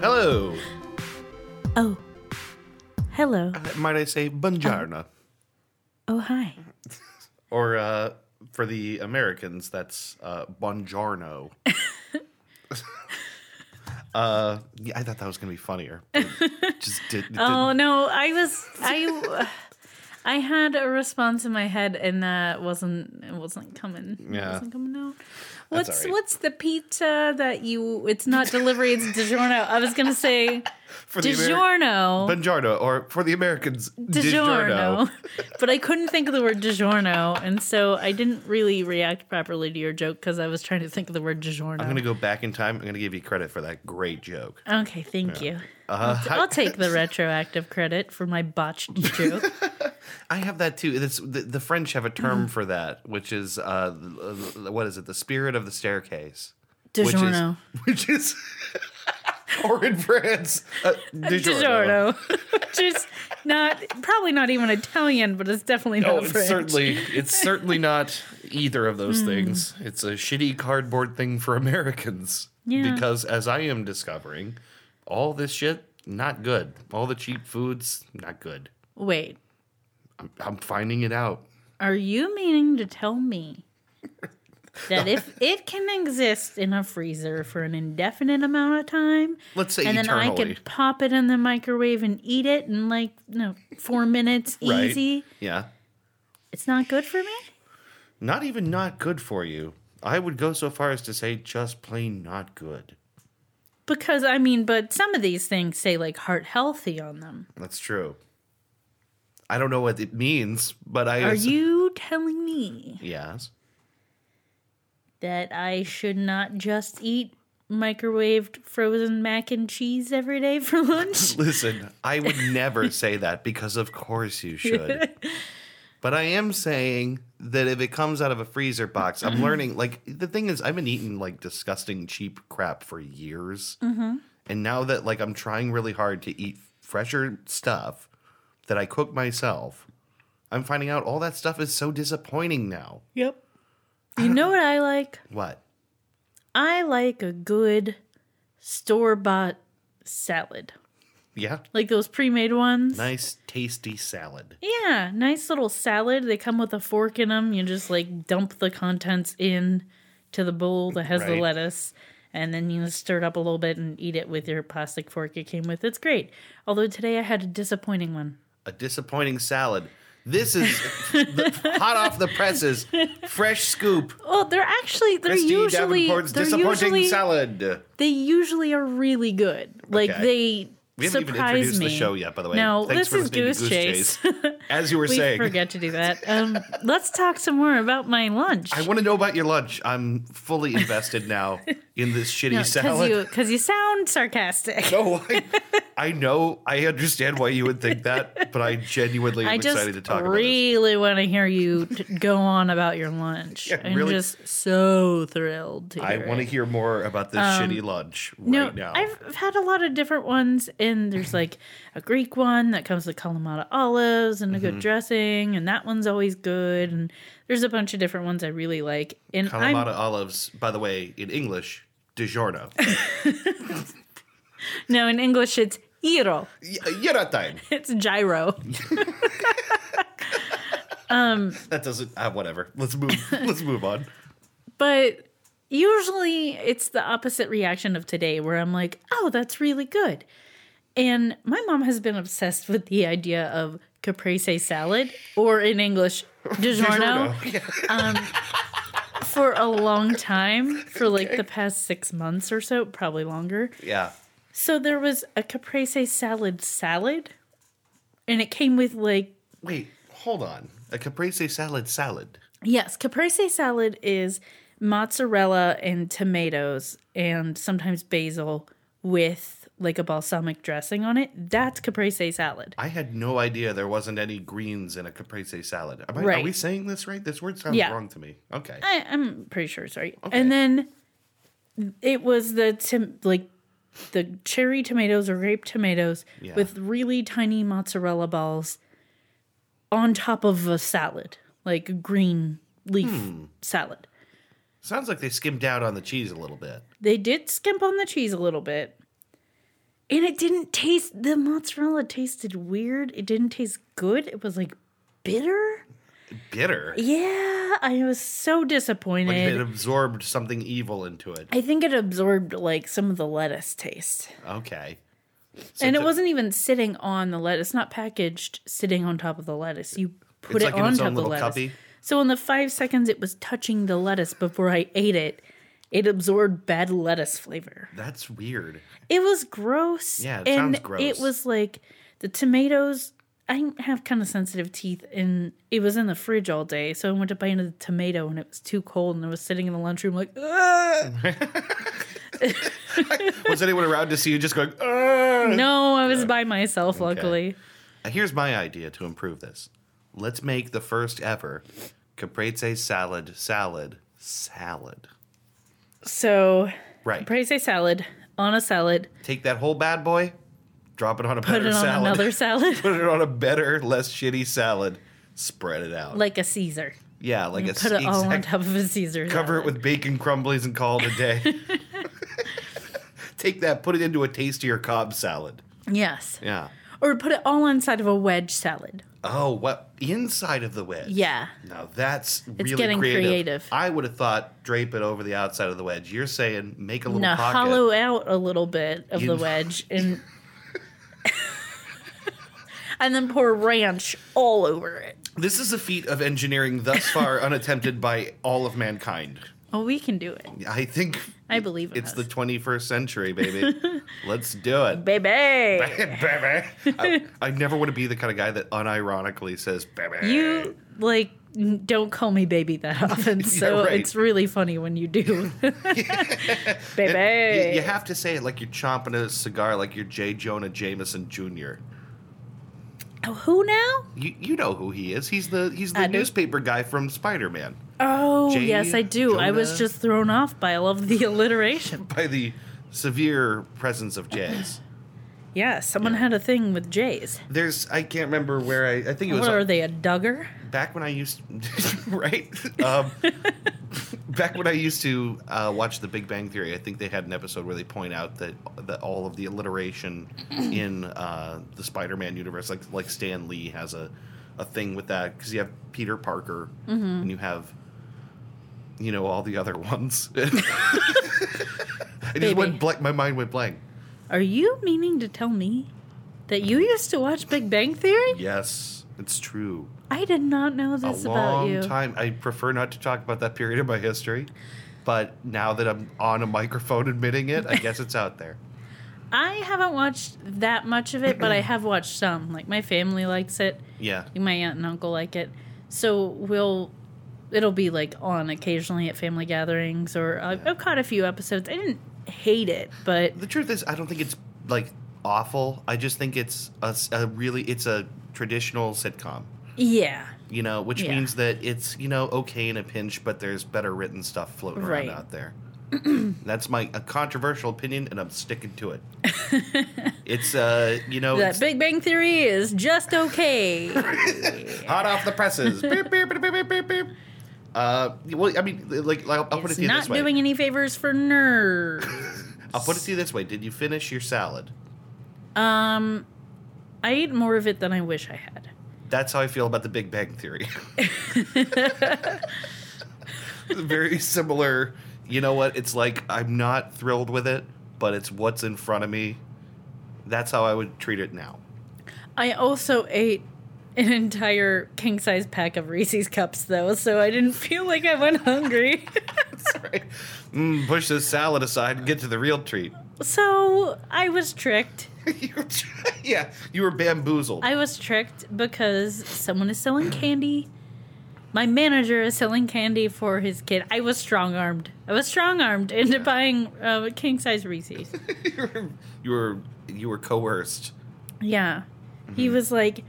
Hello. Oh. Hello. Uh, Might I say buongiorno? Oh, hi. Or uh, for the Americans, that's uh, buongiorno. uh, yeah, I thought that was going to be funnier. but it Just did, it Oh no, I was I I had a response in my head and that wasn't it wasn't coming. It Yeah. wasn't coming out. That's What's all right. what's the pizza that you it's not delivery, it's DiGiorno. I was gonna say for the Ameri- DiGiorno. buongiorno, or for the Americans, DiGiorno. DiGiorno. but I couldn't think of the word DiGiorno, and so I didn't really react properly to your joke because I was trying to think of the word DiGiorno. I'm going to go back in time. I'm going to give you credit for that great joke. Okay, thank you. Uh, I'll take the retroactive credit for my botched joke. I have that too. That's the, the French have a term for that, which is uh, l- l- what is it? The spirit of the staircase, which is DiGiorno. which is, or in France, uh, DiGiorno. DiGiorno. Which is not, probably not even Italian, but it's definitely not Oh, French. it's certainly it's certainly not either of Hmm. those things. It's a shitty cardboard thing for Americans Yeah. because, as I am discovering, all this shit not good. All the cheap foods not good. Wait, I'm, I'm finding it out. are you meaning to tell me that if it can exist in a freezer for an indefinite amount of time, Let's say and then I eternally. could pop it in the microwave and eat it in like no four minutes Right? easy, Yeah. it's not good for me? not even not good for you. I would go so far as to say just plain not good. Because I mean, but some of these things say like heart healthy on them. That's true. I don't know what it means, but I Are you telling me yes. that I should not just eat microwaved frozen mac and cheese every day for lunch? Listen, I would never say that because of course you should. but I am saying that if it comes out of a freezer box, Mm-hmm. I'm learning like the thing is I've been eating like disgusting cheap crap for years. Mm-hmm. And now that like I'm trying really hard to eat fresher stuff that I cook myself, I'm finding out all that stuff is so disappointing now. yep. You know what I like? What? I like a good store bought salad, Yeah. like those pre made ones. Nice tasty salad. Yeah, nice little salad. They come with a fork in them. You just like dump the contents in to the bowl that has the Right. lettuce, and then you stir it up a little bit and eat it with your plastic fork it came with. It's great. Although today I had a disappointing one. a disappointing salad. This is the, hot off the presses, fresh scoop. Well, they're actually they're Christy usually Davenport's they're disappointing usually salad. they usually are really good. Like Okay. they We haven't even surprise introduced me. the show yet, by the way. No, Thanks this for is listening to Goose, Chase. As you were we saying, forget to do that. Um, let's talk some more about my lunch. I want to know about your lunch. I'm fully invested now in this shitty because salad. you because you sound sarcastic. no, I, I know. I understand why you would think that, but I genuinely am I just excited to talk about this. really want to hear you t- go on about your lunch. Yeah, I'm really. just so thrilled to I hear. want to it. Um, hear more about this shitty lunch right No, now. I've I've had a lot of different ones, and there's like a Greek one that comes with Kalamata olives and a Mm-hmm. good dressing, and that one's always good. And there's a bunch of different ones I really like. And Kalamata I'm olives, by the way, in English, DiGiorno. no in English it's gyro, Y- Yera time. it's gyro. That doesn't. Ah, whatever. Let's move. let's move on. But usually it's the opposite reaction of today where I'm like, oh, that's really good. And my mom has been obsessed with the idea of caprese salad, or in English, DiGiorno, for a long time, for like the past six months or so, probably longer. Yeah. So there was a caprese salad salad, and it came with like Wait. Hold on. A caprese salad. Salad. Yes, caprese salad is mozzarella and tomatoes and sometimes basil with like a balsamic dressing on it. That's caprese salad. I had no idea there wasn't any greens in a caprese salad. Am I, Are Right. we saying this right? This word sounds Yeah. Uh, wrong to me. Okay. I, I'm pretty sure, sorry. Okay. And then it was the tom- like the cherry tomatoes or grape tomatoes Yeah. with really tiny mozzarella balls on top of a salad, like green leaf Hmm. salad. Sounds like they skimmed out on the cheese a little bit. They did skimp on the cheese a little bit. And it didn't taste, the mozzarella tasted weird. It didn't taste good. It was like bitter. Bitter. Yeah, I was so Like disappointed. it absorbed something evil into it. I think it absorbed like some of the lettuce taste. Okay. So and it it's a- wasn't even sitting on the lettuce, not packaged sitting on top of the lettuce. You put It's it like in on its top own of the little lettuce. cuppy. So in the five seconds it was touching the lettuce before I ate it, it absorbed bad lettuce flavor. That's weird. It was gross. Yeah, it and sounds It gross. was like the tomatoes. I have kind of sensitive teeth, and it was in the fridge all day. So I went to buy another tomato, and it was too cold, and I was sitting in the lunchroom like, Ugh! Was anyone around to see you just going, "Ugh"? no, I was by myself. Luckily, Here's my idea to improve this. Let's make the first ever caprese salad salad salad. so Right. praise a salad on a salad, Take that whole bad boy, drop it on a put better it on salad. another salad put it on a better, less shitty salad. Spread it out. like a Caesar. yeah, like a Put it all on exact- top of a Caesar. cover salad. it with bacon crumblies and call it a day. Take that, put it into a tastier cob salad. yes, Yeah. or put it all inside of a wedge salad. Oh, what inside of the wedge? Yeah, Now that's really getting creative. creative. I would have thought drape it over the outside of the wedge. You're saying make a little no, pocket. hollow out a little bit of the You- wedge and and then pour ranch all over it. This is a feat of engineering thus far unattempted by all of mankind. Well, Oh, we can do it. I think I believe in it's us. the 21st century, baby. Let's do it. baby. baby. I, I never want to be the kind of guy that unironically says baby. You like n- don't call me baby that often, so right. it's really funny when you do. baby. You, you have to say it like you're chomping at a cigar, like you're J. Jonah Jameson Jr. oh, who now? You, you know who he is. He's the he's the I do. newspaper guy from Spider Man. Oh, J. yes, I do. I was Jonah? just thrown off by all of the alliteration. By the severe presence of J's. Yeah, someone had a thing with J's. There's I can't remember where I I think it was What are they, a Duggar? back when I used right um, back when I used to uh, watch The Big Bang Theory. I think they had an episode where they point out that that all of the alliteration in uh, the Spider-Man universe, like like Stan Lee has a a thing with that because you have Peter Parker and you have you know all the other ones. I Baby. just went blank. My mind went blank. Are you meaning to tell me that you used to watch Big Bang Theory? Yes, it's true. I did not know a this about long you. time. I prefer not to talk about that period of my history, but now that I'm on a microphone admitting it, I guess it's out there. I haven't watched that much of it, but I have watched some. Like my family likes it, Yeah. my aunt and uncle like it. So we'll it'll be like on occasionally at family gatherings or uh, I've, I've caught a few episodes. I didn't hate it, but The truth is, I don't think it's like awful. I just think it's a, s- a really it's a traditional sitcom, yeah. you know, which Yeah. means that it's you know okay in a pinch, but there's better written stuff floating Right. around out there. That's my a controversial opinion, and I'm sticking to it. it's uh, you know, That it's Big Bang Theory is just okay. hot off the presses. Beep, beep, beep, beep, beep, beep, beep. Uh, well, I mean, like, I'll, I'll put it it's to you not this way. doing any favors for nerds. I'll put it to you this way. Did you finish your salad? Um, I ate more of it than I wish I had. That's how I feel about the Big Bang Theory. Very similar. You know what? It's like I'm not thrilled with it, but it's what's in front of me. That's how I would treat it now. I also ate an entire king size pack of Reese's cups, though, so I didn't feel like I went hungry. Sorry. Mm, push this salad aside and get to the real treat. so I was tricked. You were tr- yeah, you were bamboozled. I was tricked because someone is selling candy. My manager is selling candy for his kid. I was strong armed. I was strong armed into buying uh, king size Reese's. you, were, you were you were coerced. Yeah. He was like,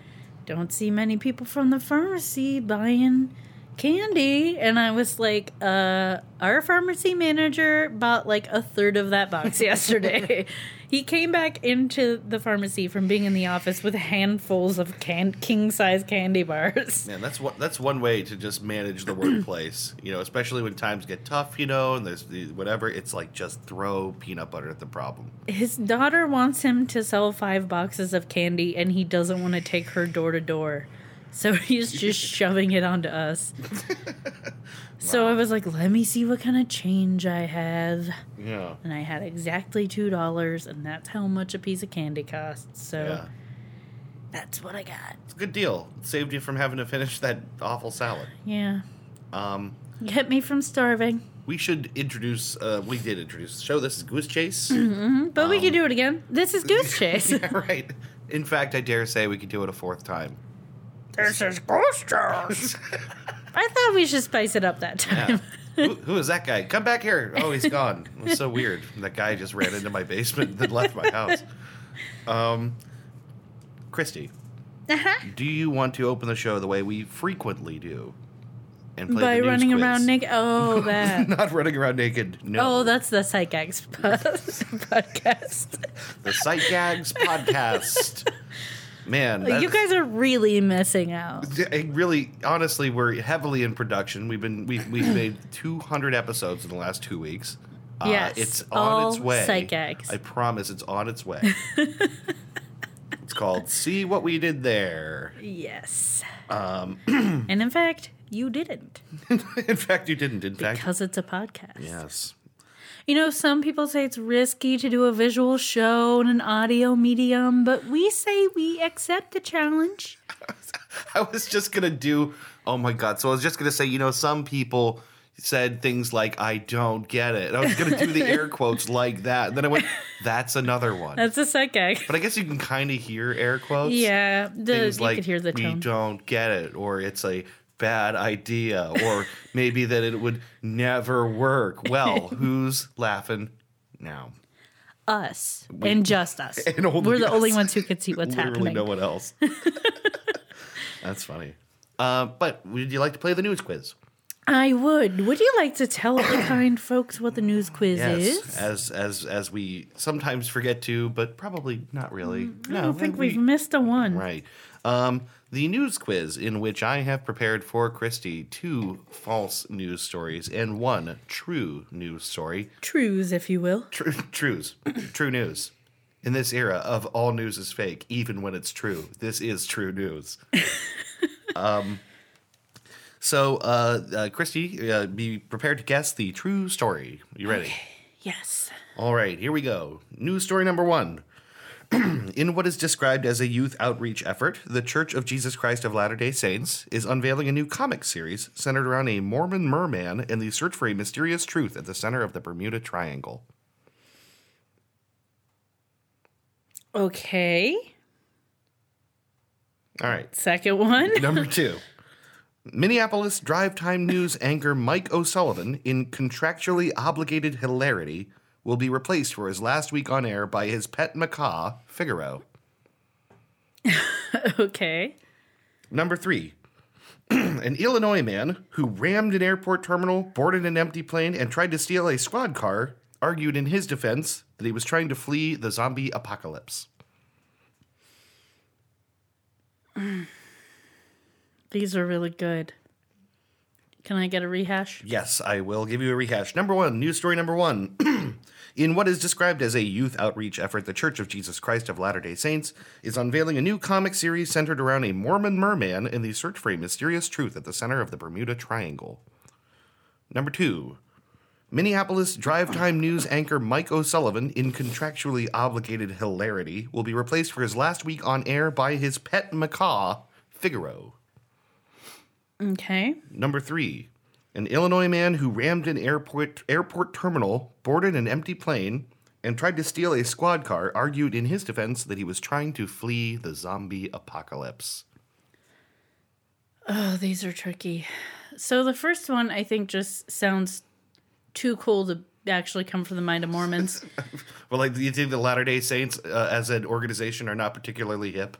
don't see many people from the pharmacy buying candy and i was like uh our pharmacy manager bought like a third of that box yesterday he came back into the pharmacy from being in the office with handfuls of can- king size candy bars Man, that's one that's one way to just manage the workplace. You know, especially when times get tough. You know, and there's the- whatever. It's like just throw peanut butter at the problem. his daughter wants him to sell five boxes of candy and he doesn't want to take her door to door so he's just shoving it onto us so i was like let me see what kind of change i have Yeah. and I had exactly two dollars, and that's how much a piece of candy costs. So Yeah. that's what I got. It's a good deal. It saved you from having to finish that awful salad. Yeah, Um, kept me from starving, we should introduce. Uh, we did introduce the show. This is Goose Chase. Mm-hmm. but we can do it again. This is Goose Chase. Um, yeah, right. In fact, I dare say we could do it a fourth time. this is Goose Chase. I thought we should spice it up that Yeah. time. who, who is that guy? Come back here. Oh, he's gone. It was so weird. That guy just ran into my basement and then left my house. Um, Christy, Uh-huh. do you want to open the show the way we frequently do? And play By the news running quiz? around naked. Oh, that. Not runing around naked. No. Oh, that's the Psych Gags po- podcast. the Sight Gags podcast. Man, you that's- guys are really missing out. I eh, really, honestly, we're heavily in production. We've been we've, we've made 200 episodes in the last two weeks. Uh, Yes, it's on all its way. psych acts. I promise, it's on its way. it's called "See What We Did There." Yes. Um. and in fact, you didn't in fact, you didn't. In fact, because it's a podcast. yes, You know, some people say it's risky to do a visual show in an audio medium, but we say we accept the challenge. I was just gonna do. Oh my god! So I was just gonna say, you know, some people said things like, "I don't get it," and I was gonna do the air quotes like that. And then I went, "That's another one." That's a sick gag. but I guess you can kind of hear air quotes. Yeah, the, you things like could hear the we tone. don't get it or it's a bad idea or maybe that it would never work well who's laughing now Us and just us. And only We're the us. only ones who could see what's literally happening. no one else that's funny uh, but would you like to play the news quiz I would. Would you like to tell the kind folks what the news quiz is? as as as we sometimes forget to but probably not really no Mm, I don't think we've missed a one. Oh, Right. Um, the news quiz, in which I have prepared for Christy two false news stories and one true news story. Trues, if you will. True, trues, true news. In this era of all news is fake, even when it's true, this is true news. um, so, uh, uh, Christy, uh, be prepared to guess the true story. You ready? Yes. All right, here we go. News story number one. In what is described as a youth outreach effort, the Church of Jesus Christ of Latter day Saints is unveiling a new comic series centered around a Mormon merman and the search for a mysterious truth at the center of the Bermuda Triangle. Okay. All right, Second one. number two. Minneapolis drive time news anchor Mike O'Sullivan, in contractually obligated hilarity, will be replaced for his last week on air by his pet macaw, Figaro. Okay. Number three, an Illinois man who rammed an airport terminal, boarded an empty plane, and tried to steal a squad car argued in his defense that he was trying to flee the zombie apocalypse. These are really good. Can I get a rehash? Yes, I will give you a rehash. Number one, news story number one. In what is described as a youth outreach effort, the Church of Jesus Christ of Latter day Saints is unveiling a new comic series centered around a Mormon merman and the search for a mysterious truth at the center of the Bermuda Triangle. Number two, Minneapolis drive time news anchor Mike O'Sullivan, in contractually obligated hilarity, will be replaced for his last week on air by his pet macaw, Figaro. Okay. Number three, an Illinois man who rammed an airport airport terminal, boarded an empty plane, and tried to steal a squad car argued in his defense that he was trying to flee the zombie apocalypse. Oh, these are tricky. So the first one I think just sounds too cool to actually come from the mind of Mormons. Well, like, do you think the Latter Day Saints uh, as an organization are not particularly hip?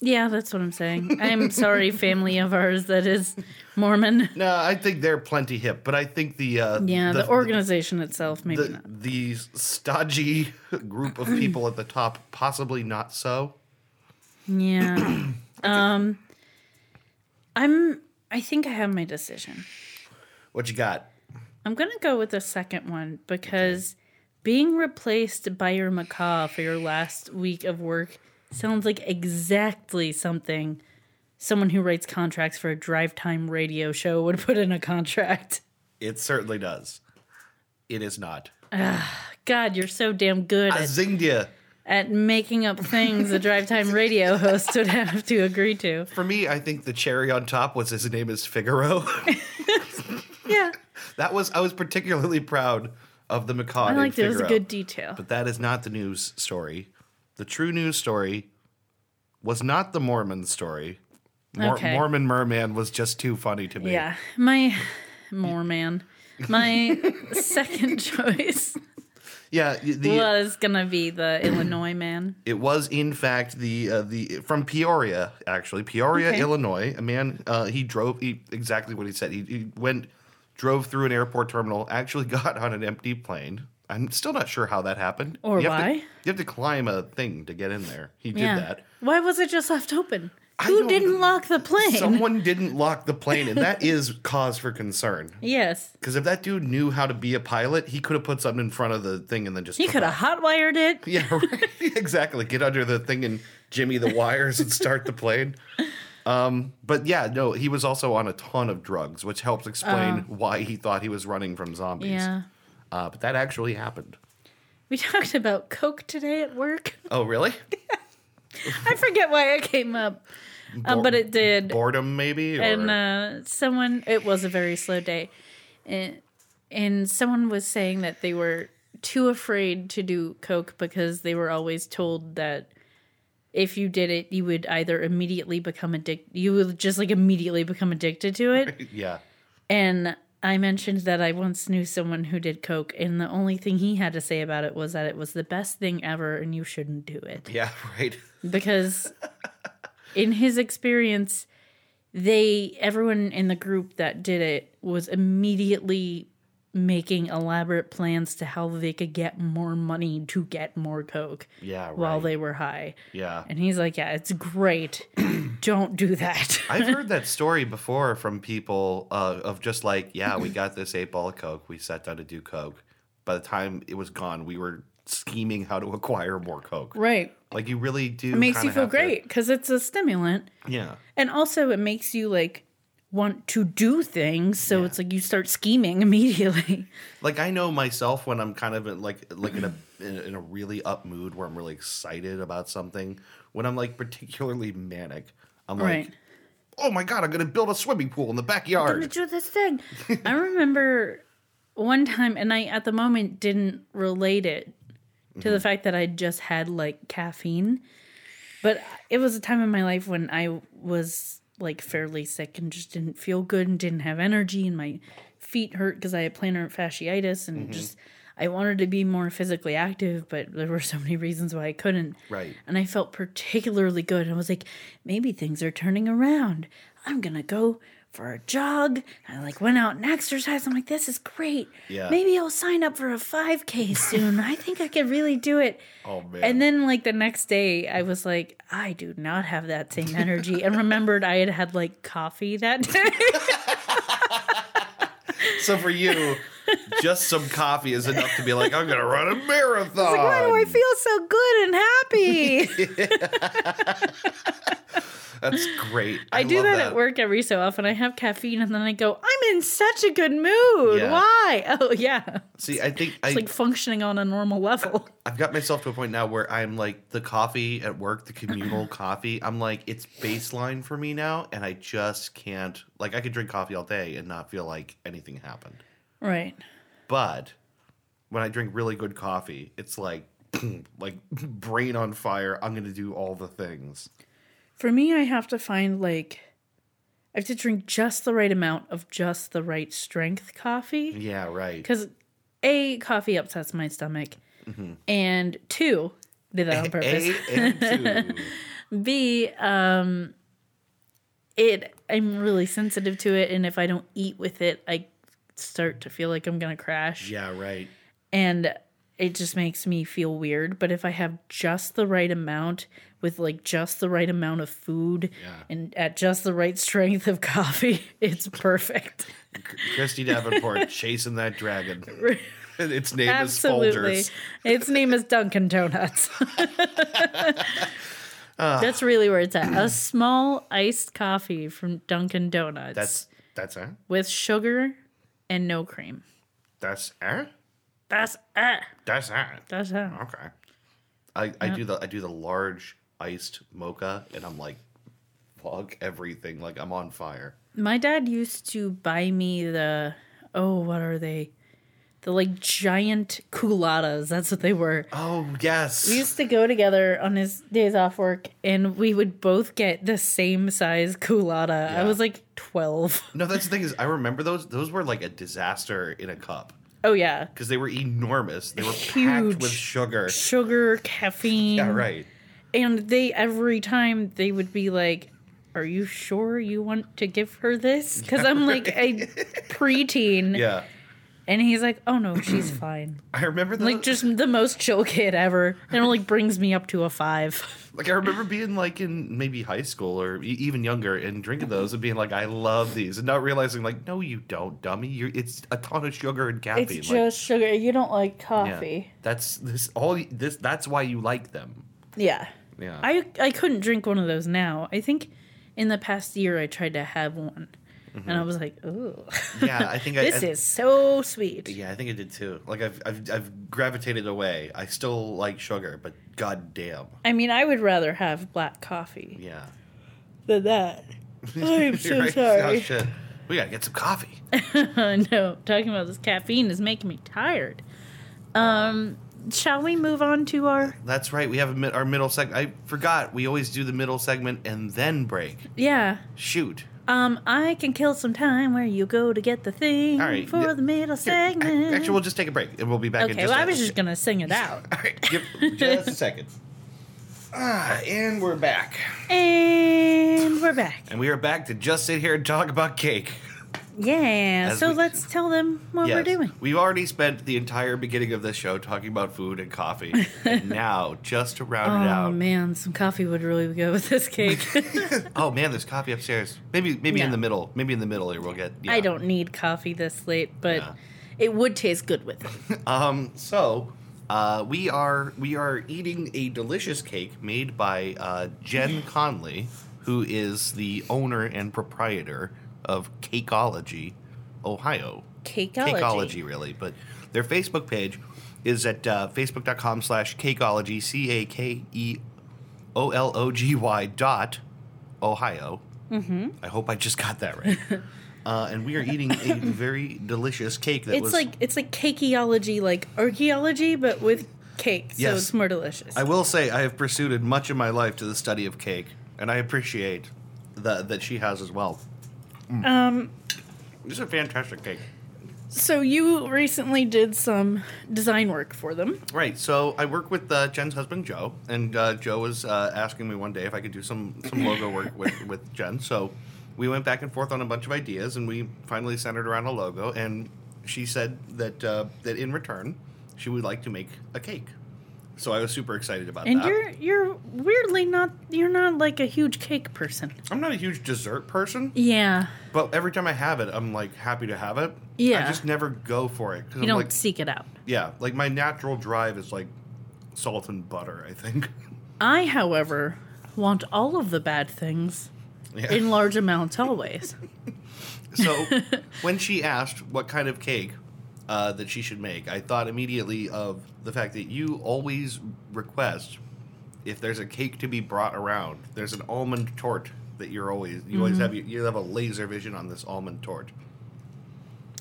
Yeah, that's what I'm saying. I'm sorry, family of ours that is Mormon. No, I think they're plenty hip, but I think the uh, Yeah, the, organization itself, maybe the, not. the stodgy group of people at the top possibly not so. Yeah. um, I'm. I think I have my decision. What you got? I'm gonna go with the second one because being replaced by your macaw for your last week of work sounds like exactly something someone who writes contracts for a drive time radio show would put in a contract. It certainly does. It is not. God, you're so damn good I at, zinged you. at making up things a drive time radio host would have to agree to. For me, I think the cherry on top was his name is Figaro. Yeah, that was I was particularly proud of the macaw. I named liked it. It was a Figaro. good detail. But that is not the news story. The true news story was not the Mormon story. Mor- Okay. Mormon merman was just too funny to me. Yeah, my more man. My second choice Yeah, y- the was gonna be the Illinois man. it was in fact the uh, the from Peoria actually Peoria Okay. Illinois a man uh, he drove he, exactly what he said he, he went drove through an airport terminal actually got on an empty plane I'm still not sure how that happened Or you have to- why. you have to climb a thing to get in there he did yeah. that Why was it just left open? I Who don't- didn't lock the plane? someone didn't lock the plane and that is cause for concern yes. because if that dude knew how to be a pilot he could have put something in front of the thing and then just He could have hotwired it. Yeah, right. exactly. Get under the thing and jimmy the wires and start the plane. Um, but yeah, no, he was also on a ton of drugs, which helps explain why he thought he was running from zombies. Uh-huh. Yeah. Uh, but that actually happened. We talked about Coke today at work. Oh, really? I forget why it came up, uh, Bor- but it did. Boredom, maybe? Or... and uh, someone it was a very slow day and, and someone was saying that they were too afraid to do coke because they were always told that if you did it you would either immediately become addicted you would just like immediately become addicted to it yeah. and i mentioned that i once knew someone who did coke and the only thing he had to say about it was that it was the best thing ever and you shouldn't do it Yeah, right. because in his experience they everyone in the group that did it was immediately making elaborate plans to how they could get more money to get more coke Yeah, right. while they were high Yeah. and he's like yeah it's great don't do that I've heard that story before from people uh, of just like, yeah, we got this eight ball of Coke. We sat down to do Coke. By the time it was gone, we were scheming how to acquire more Coke. right Like you really do. it makes kinda you feel have to- great because it's a stimulant yeah. and also it makes you like want to do things so it's like you start scheming immediately Like I know myself when I'm kind of in like like in a in, in a really up mood where I'm really excited about something. When I'm like particularly manic, I'm right like, oh my god, I'm gonna build a swimming pool in the gonna backyard. do this thing. I remember one time, and I at the moment didn't relate it to the fact that I just had like caffeine, but it was a time in my life when I was like fairly sick and just didn't feel good and didn't have energy, and my feet hurt because I had plantar fasciitis and just. I wanted to be more physically active, but there were so many reasons why I couldn't. Right. And I felt particularly good. I was like, maybe things are turning around. I'm going to go for a jog. I like went out and exercised. I'm like, this is great. Yeah. Maybe I'll sign up for a 5K soon. I think I could really do it. Oh man. And then, like, the next day, I was like, I do not have that same energy. and remembered I had had like coffee that day. so for you, just some coffee is enough to be like, I'm gonna run a marathon. Why do Oh, I feel so good and happy? That's great. I, do love that, at work every so often. I have caffeine and then I go, I'm in such a good mood. Yeah. Why? Oh, yeah. See, I think I, It's like functioning on a normal level. I've got myself to a point now where I'm like the coffee at work, the communal coffee. I'm like it's baseline for me now, and I just can't. Like I could drink coffee all day and not feel like anything happened. Right. But when I drink really good coffee, it's like like brain on fire. I'm gonna do all the things. For me, I have to find like I have to drink just the right amount of just the right strength coffee Yeah, right. because a coffee upsets Mm-hmm. my stomach, and two did that on purpose. A and two. B, um, it I'm really sensitive to it, and if I don't eat with it, I start to feel like I'm gonna crash, Yeah, right. and it just makes me feel weird. But if I have just the right amount with like just the right amount of food Yeah. and at just the right strength of coffee, it's perfect. Christy Davenport chasing that dragon. its name is Absolutely. Folgers. Its name is Dunkin' Donuts. Ah. That's really where it's at. A small iced coffee from Dunkin' Donuts That's that's her. with sugar and no cream. That's her. That's it. That's her. That's it. Okay. I, I do the I do the large iced mocha and I'm like fuck everything like I'm on fire. My dad used to buy me the oh, what are they? The like giant culottes. That's what they were. Oh yes. We used to go together on his days off work, and we would both get the same size culotta. I Yeah. was like twelve. no, that's the thing is I remember those those were like a disaster in a cup Oh yeah, because they were enormous. They were Huge. packed with sugar. sugar, caffeine. Yeah, right. And they every time they would be like, "Are you sure you want to give her this?" Because I'm like a preteen, Yeah. and he's like, "Oh no, she's fine." I remember those, Like just the most chill kid ever, and it like brings me up to a five. Like I remember being like in maybe high school or e- even younger and drinking those and being like, I love these, and not realizing like, no, you don't, dummy. You're it's a ton of sugar and caffeine. It's like, just sugar. You don't like yeah. coffee. That's this all y- this. That's why you like them. Yeah. Yeah. I I couldn't drink one of those now. I think in the past year I tried to have one, and I was like, "Ooh, Mm-hmm. yeah. I think I, this I- is so sweet." Yeah, I think I did too. Like I've, I've I've gravitated away. I still like sugar, but goddamn. I mean, I would rather have black coffee Yeah. than that. I'm so Right? Oh, sorry. shit. We gotta get some coffee. no, talking about this caffeine is making me tired. Um, shall we move on to our That's right. We have a, mi- our middle segment. I forgot. We always do the middle segment and then break. yeah? Shoot. Um, I can kill some time where you go to get the thing All right, for yeah. the middle segment. Actually, we'll just take a break and we'll be back in okay, just well, a I was just gonna sing it out, All right, give just a second. Ah, and we're back. and we're back. And we are back to just sit here and talk about cake. Yeah. As so we- let's tell them what we're doing. We've already spent the entire beginning of this show talking about food and coffee. and now, just to round it Oh out. man, some coffee would really go with this cake. Oh man, there's coffee upstairs. Maybe maybe in No. the middle. Maybe in the middle here we'll get yeah. I don't need coffee this late, but Yeah. it would taste good with it. Um, so uh, we are we are eating a delicious cake made by uh, Jen Conley, who is the owner and proprietor of Cakeology, Ohio. Cakeology. Cakeology, really, but their Facebook page is at uh, facebook.com slash cakeology, C A K E O L O G Y dot Ohio. Mm-hmm. I hope I just got that right. uh, and we are eating a very delicious cake that It's was like it's like cakeology, like archaeology, but with cake. So Yes. it's more delicious. I will say I have pursued much of my life to the study of cake, and I appreciate that that she has as well. Mm. um This is a fantastic cake. so you recently did some design work for them. Right. So I work with uh, Jen's husband Joe, and uh, Joe was uh, asking me one day if I could do some some logo work with with Jen. So we went back and forth on a bunch of ideas, and we finally centered around a logo. And she said that uh, that in return, she would like to make a cake. So I was super excited about And that. you're you're weirdly not you're not like a huge cake person. I'm not a huge dessert person. Yeah. But every time I have it, I'm like happy to have it. Yeah. I just never go for it. 'cause You I'm don't like, seek it out. yeah, like my natural drive is like salt and butter, I think. I, however, want all of the bad things Yeah. in large amounts always. so when she asked what kind of cake uh, that she should make, I thought immediately of the fact that you always request if there's a cake to be brought around, there's an almond torte that you're always you Mm-hmm. always have you have a laser vision on this almond torte.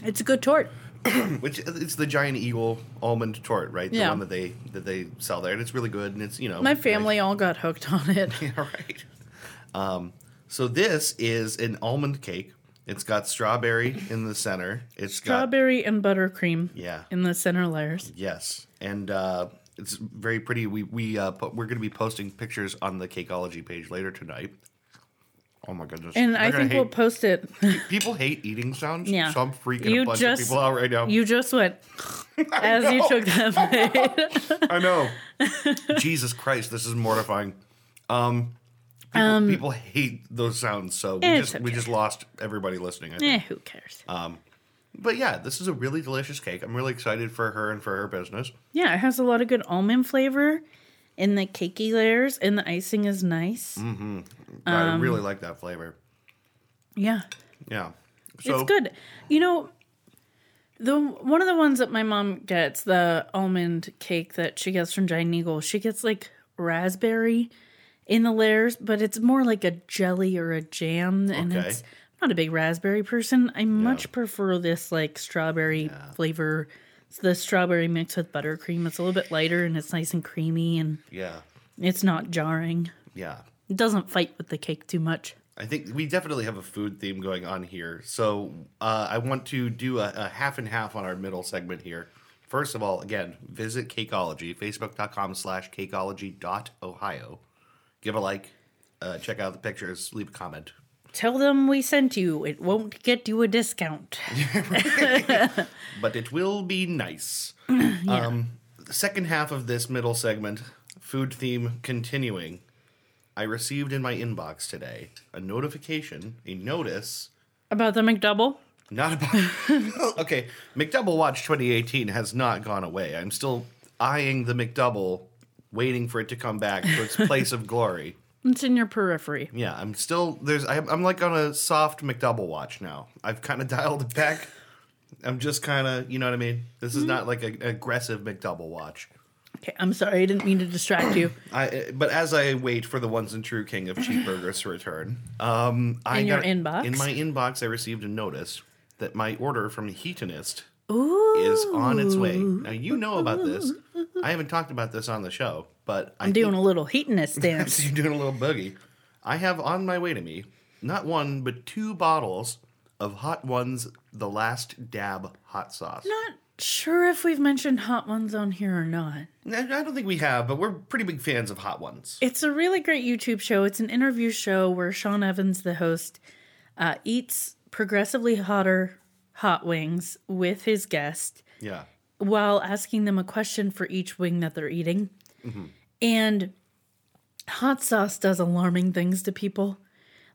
It's a good tort. which it's the giant eagle almond tort, right? The Yeah. one that they that they sell there, and it's really good, and it's Oh, you know My family all got hooked on it. Like, all right. Um, so this is an almond cake. It's got strawberry in the center. It's Strawberry and buttercream got yeah, in the center layers. yes, and uh, It's very pretty. We we uh, po- we're going to be posting pictures on the Cakeology page later tonight. Oh my goodness! And They're I gonna think hate, we'll post it. people hate eating sounds. Yeah. so I'm freaking You a bunch just- of people out right now. You just went as you know. took that bite. I know. Jesus Christ, this is mortifying. Um, people, people hate those sounds, so we It's just we okay. just lost everybody listening. I think. eh, who cares? Uh. But yeah, this is a really delicious cake. I'm really excited for her and for her business. yeah, it has a lot of good almond flavor in the cakey layers, and the icing is nice. Mm. Um, I really like that flavor. Yeah, Yeah. So it's good. You know, the one of the ones that my mom gets, the almond cake that she gets from Giant Eagle, she gets like raspberry in the layers, but it's more like a jelly or a jam, and Okay. it's I'm not a big raspberry person. I much prefer this like strawberry flavor. It's the strawberry mixed with buttercream. It's a little bit lighter and it's nice and creamy and yeah, it's not jarring. yeah. It doesn't fight with the cake too much. I think we definitely have a food theme going on here. So uh, I want to do a, a half and half on our middle segment here. First of all, again, visit Cakeology, facebook.com slash cakeology.ohio. Give a like, uh, check out the pictures, leave a comment. Tell them we sent you. It won't get you a discount. But it will be nice. um, the second half of this middle segment, food theme continuing. I received in my inbox today a notification, a notice About the McDouble? Not about okay. McDouble Watch 2018 has not gone away. I'm still eyeing the McDouble, waiting for it to come back to its place of glory. It's in your periphery. Yeah, I'm still there's. I'm, I'm like on a soft McDouble watch now. I've kind of dialed it back. I'm just kind of, you know what I mean. This is not like an aggressive McDouble watch. Okay, I'm sorry, I didn't mean to distract you. I, but as I wait for the ones and true king of cheap burgers to return, um, I In your got- inbox? in my inbox, I received a notice that my order from Heatonist Ooh, is on its way. Now you know about this. I haven't talked about this on the show, but I I'm doing a little heatiness dance. You're doing a little boogie. I have on my way to me not one but two bottles of Hot Ones The Last Dab hot sauce. Not sure if we've mentioned hot ones on here or not. I I don't think we have, but we're pretty big fans of Hot Ones. It's a really great YouTube show. It's an interview show where Sean Evans, the host, uh, eats progressively hotter hot wings with his guest Yeah. while asking them a question for each wing that they're eating. Mm-hmm. And hot sauce does alarming things to people.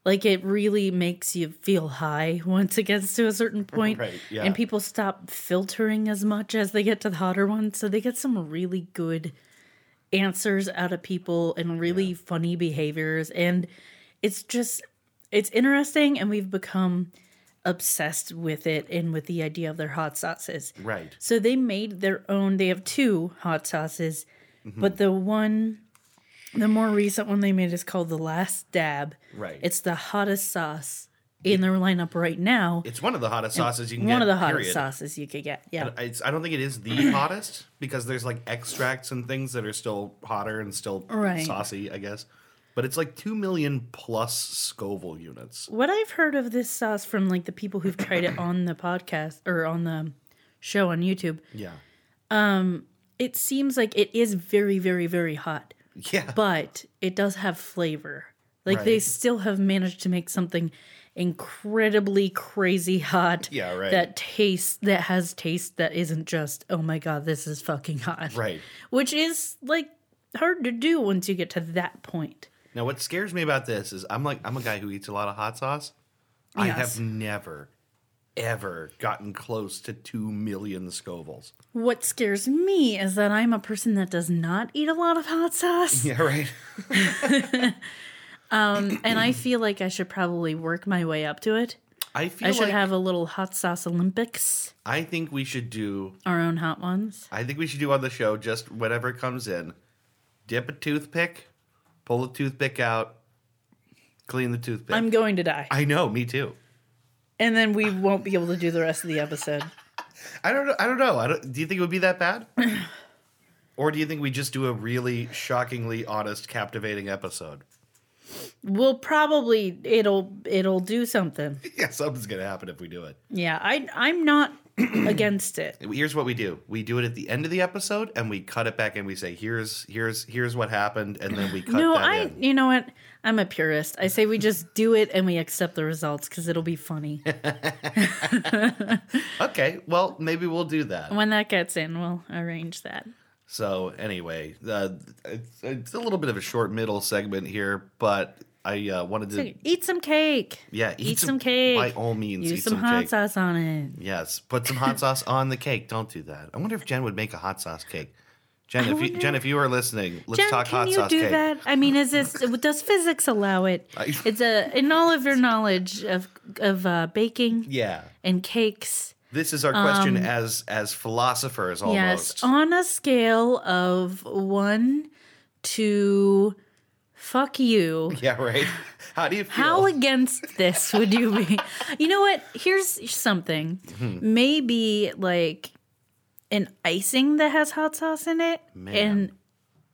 Like it really makes you feel high once it gets to a certain point. Right, yeah. And people stop filtering as much as they get to the hotter ones. So they get some really good answers out of people and really funny behaviors. And it's just, it's interesting. And we've become obsessed with it and with the idea of their hot sauces. Right. So they made their own. They have two hot sauces, Mm-hmm. but the one, the more recent one they made is called the Last Dab. Right. It's the hottest sauce in their lineup right now. It's one of the hottest sauces you can get. one of the hottest period. sauces you could get. Yeah. It's, I don't think it is the hottest because there's like extracts and things that are still hotter and still Right. saucy, I guess. But it's like two million plus Scoville units. What I've heard of this sauce from like the people who've tried it on the podcast or on the show on YouTube, Yeah, it seems like it is very, very, very hot. yeah, but it does have flavor. Like they Right. still have managed to make something incredibly crazy hot. Yeah, right. That taste that has taste that isn't just oh my god this is fucking hot. right. Which is like hard to do once you get to that point. Now, what scares me about this is I'm like I'm a guy who eats a lot of hot sauce. I Yes. have never, ever gotten close to two million Scovilles. What scares me is that I'm a person that does not eat a lot of hot sauce. Yeah, right. And I feel like I should probably work my way up to it. I feel I should like have a little hot sauce Olympics, I think we should do our own hot ones. I think we should do on the show just whatever comes in. Dip a toothpick, pull the toothpick out, clean the toothpick. I'm going to die. I know, me too. and then we won't be able to do the rest of the episode. I don't know. I don't know. I don't, do you think it would be that bad? or do you think we just do a really shockingly honest, captivating episode? We'll probably it'll it'll do something. Yeah, something's going to happen if we do it. Yeah, I I'm not against it. here's what we do we do it at the end of the episode and we cut it back and we say here's here's here's what happened and then we cut No, that I. in. You know what? I'm a purist. I say we just do it and we accept the results because it'll be funny. okay well maybe we'll do that when that gets in, we'll arrange that. so anyway uh, it's, it's a little bit of a short middle segment here but i uh, wanted to Eat some cake. yeah Eat, some cake. by all means Use eat some, some, hot cake sauce on it. yes put some hot sauce on the cake don't do that i wonder if jen would make a hot sauce cake jen I if you wonder- jen if you are listening let's Jen, talk can hot you sauce do cake that? I mean, is this does physics allow it? I- It's a in all of your knowledge of of uh, baking yeah and cakes. this is our question as as philosophers almost Um, Yes, Oh on a scale of one to fuck you. Yeah, right. How do you feel? How against this would you be? you know what? Here's something. Maybe like an icing that has hot sauce in it and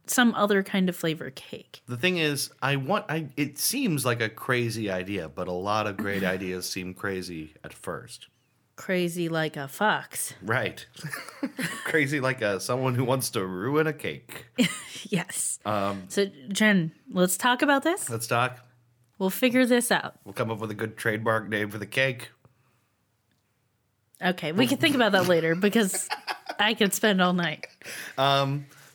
some other kind of flavor cake. the thing is, I want. I it seems like a crazy idea, but a lot of great ideas seem crazy at first. Crazy like a fox. Right. crazy like a someone who wants to ruin a cake. Yes. Um, so, Jen, let's talk about this. Let's talk. We'll figure this out. We'll come up with a good trademark name for the cake. Okay, we can think about that later because I could spend all night.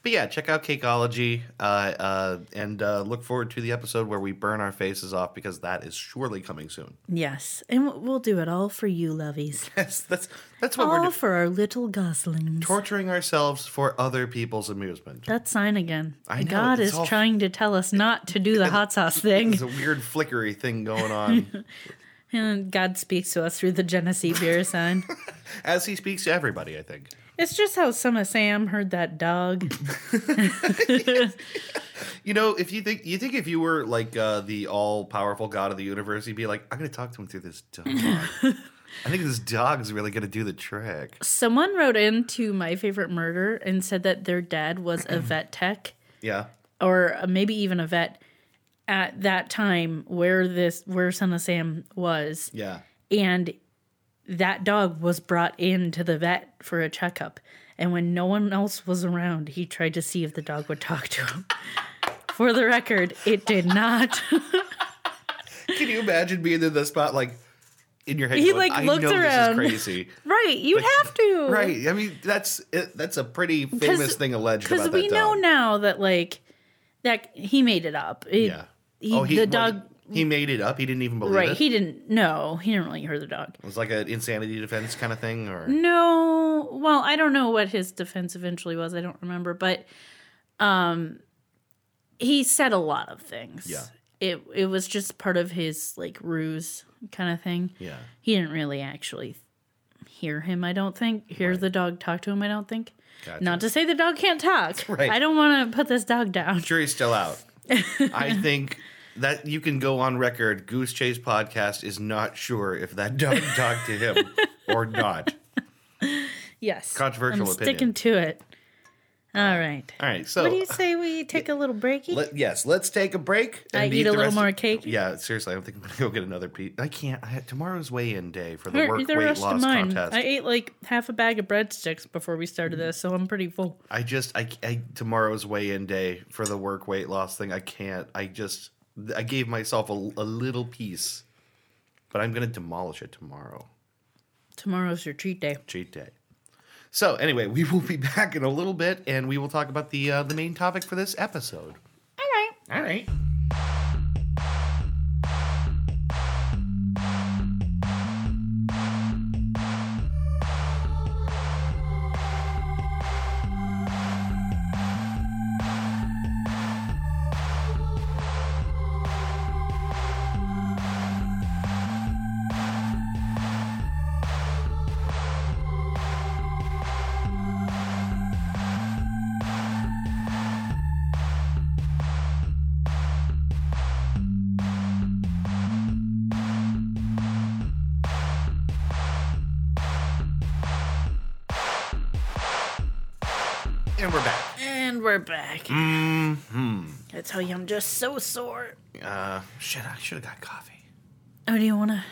But yeah, check out Cakeology uh, uh, and uh, look forward to the episode where we burn our faces off because that is surely coming soon. Yes, and we'll- we'll do it all for you, lovies. Yes, that's that's what we're All doing. for our little goslings. torturing ourselves for other people's amusement. That sign again. I know, God it's is all- trying to tell us not to do the hot sauce thing. There's a weird flickery thing going on. And God speaks to us through the Genesee beer sign. as he speaks to everybody, I think. It's just how Son of Sam heard that dog. You know, if you think you think if you were like uh, the all powerful god of the universe, you'd be like, I'm gonna talk to him through this dog. I think this dog is really gonna do the trick. Someone wrote into My Favorite Murder and said that their dad was a vet tech Yeah. or maybe even a vet at that time where this where Son of Sam was. Yeah. and that dog was brought in to the vet for a checkup and when no one else was around he tried to see if the dog would talk to him for the record it did not Can you imagine being in the spot like in your head? He, going, like, I looked know around. This is crazy. right you'd have to right. I mean, that's it, that's a pretty famous thing alleged about because that we dog. know now that like that he made it up It- yeah. he, oh, he the was- dog He made it up. He didn't even believe right it. he didn't know he didn't really hear the dog it was like an insanity defense kind of thing, or No, well, I don't know what his defense eventually was. I don't remember, but um, he said a lot of things. Yeah. it it was just part of his like ruse kind of thing. yeah. He didn't really actually hear him. I don't think hear the dog talk to him. I don't think. Gotcha. Not to say the dog can't talk. Right. I don't want to put this dog down. jury's still out. I think that you can go on record. Goose Chase podcast is not sure if that dog talked to him or not. Yes, Controversial I'm opinion. sticking to it. All right. All right, so What do you say we take a little breaky? let, yes, let's take a break. I eat a the little rest more of- cake? Yeah, seriously, I don't think I'm gonna go get another piece. I can't. I, tomorrow's weigh-in day for the Or work the weight rest of loss mine. contest. I I, ate like half a bag of breadsticks before we started this, so I'm pretty full. just, I, I tomorrow's weigh-in day for the work weight loss thing. I can't. I just, I gave myself a, a little piece, but I'm gonna demolish it tomorrow. Tomorrow's your treat day. cheat day. So anyway, we will be back in a little bit, and we will talk about the uh, the main topic for this episode. All right. All right. And we're back. And we're back. Mm-hmm. I tell you, I'm just so sore. Uh, shit, I should have got coffee. Oh, do you want to?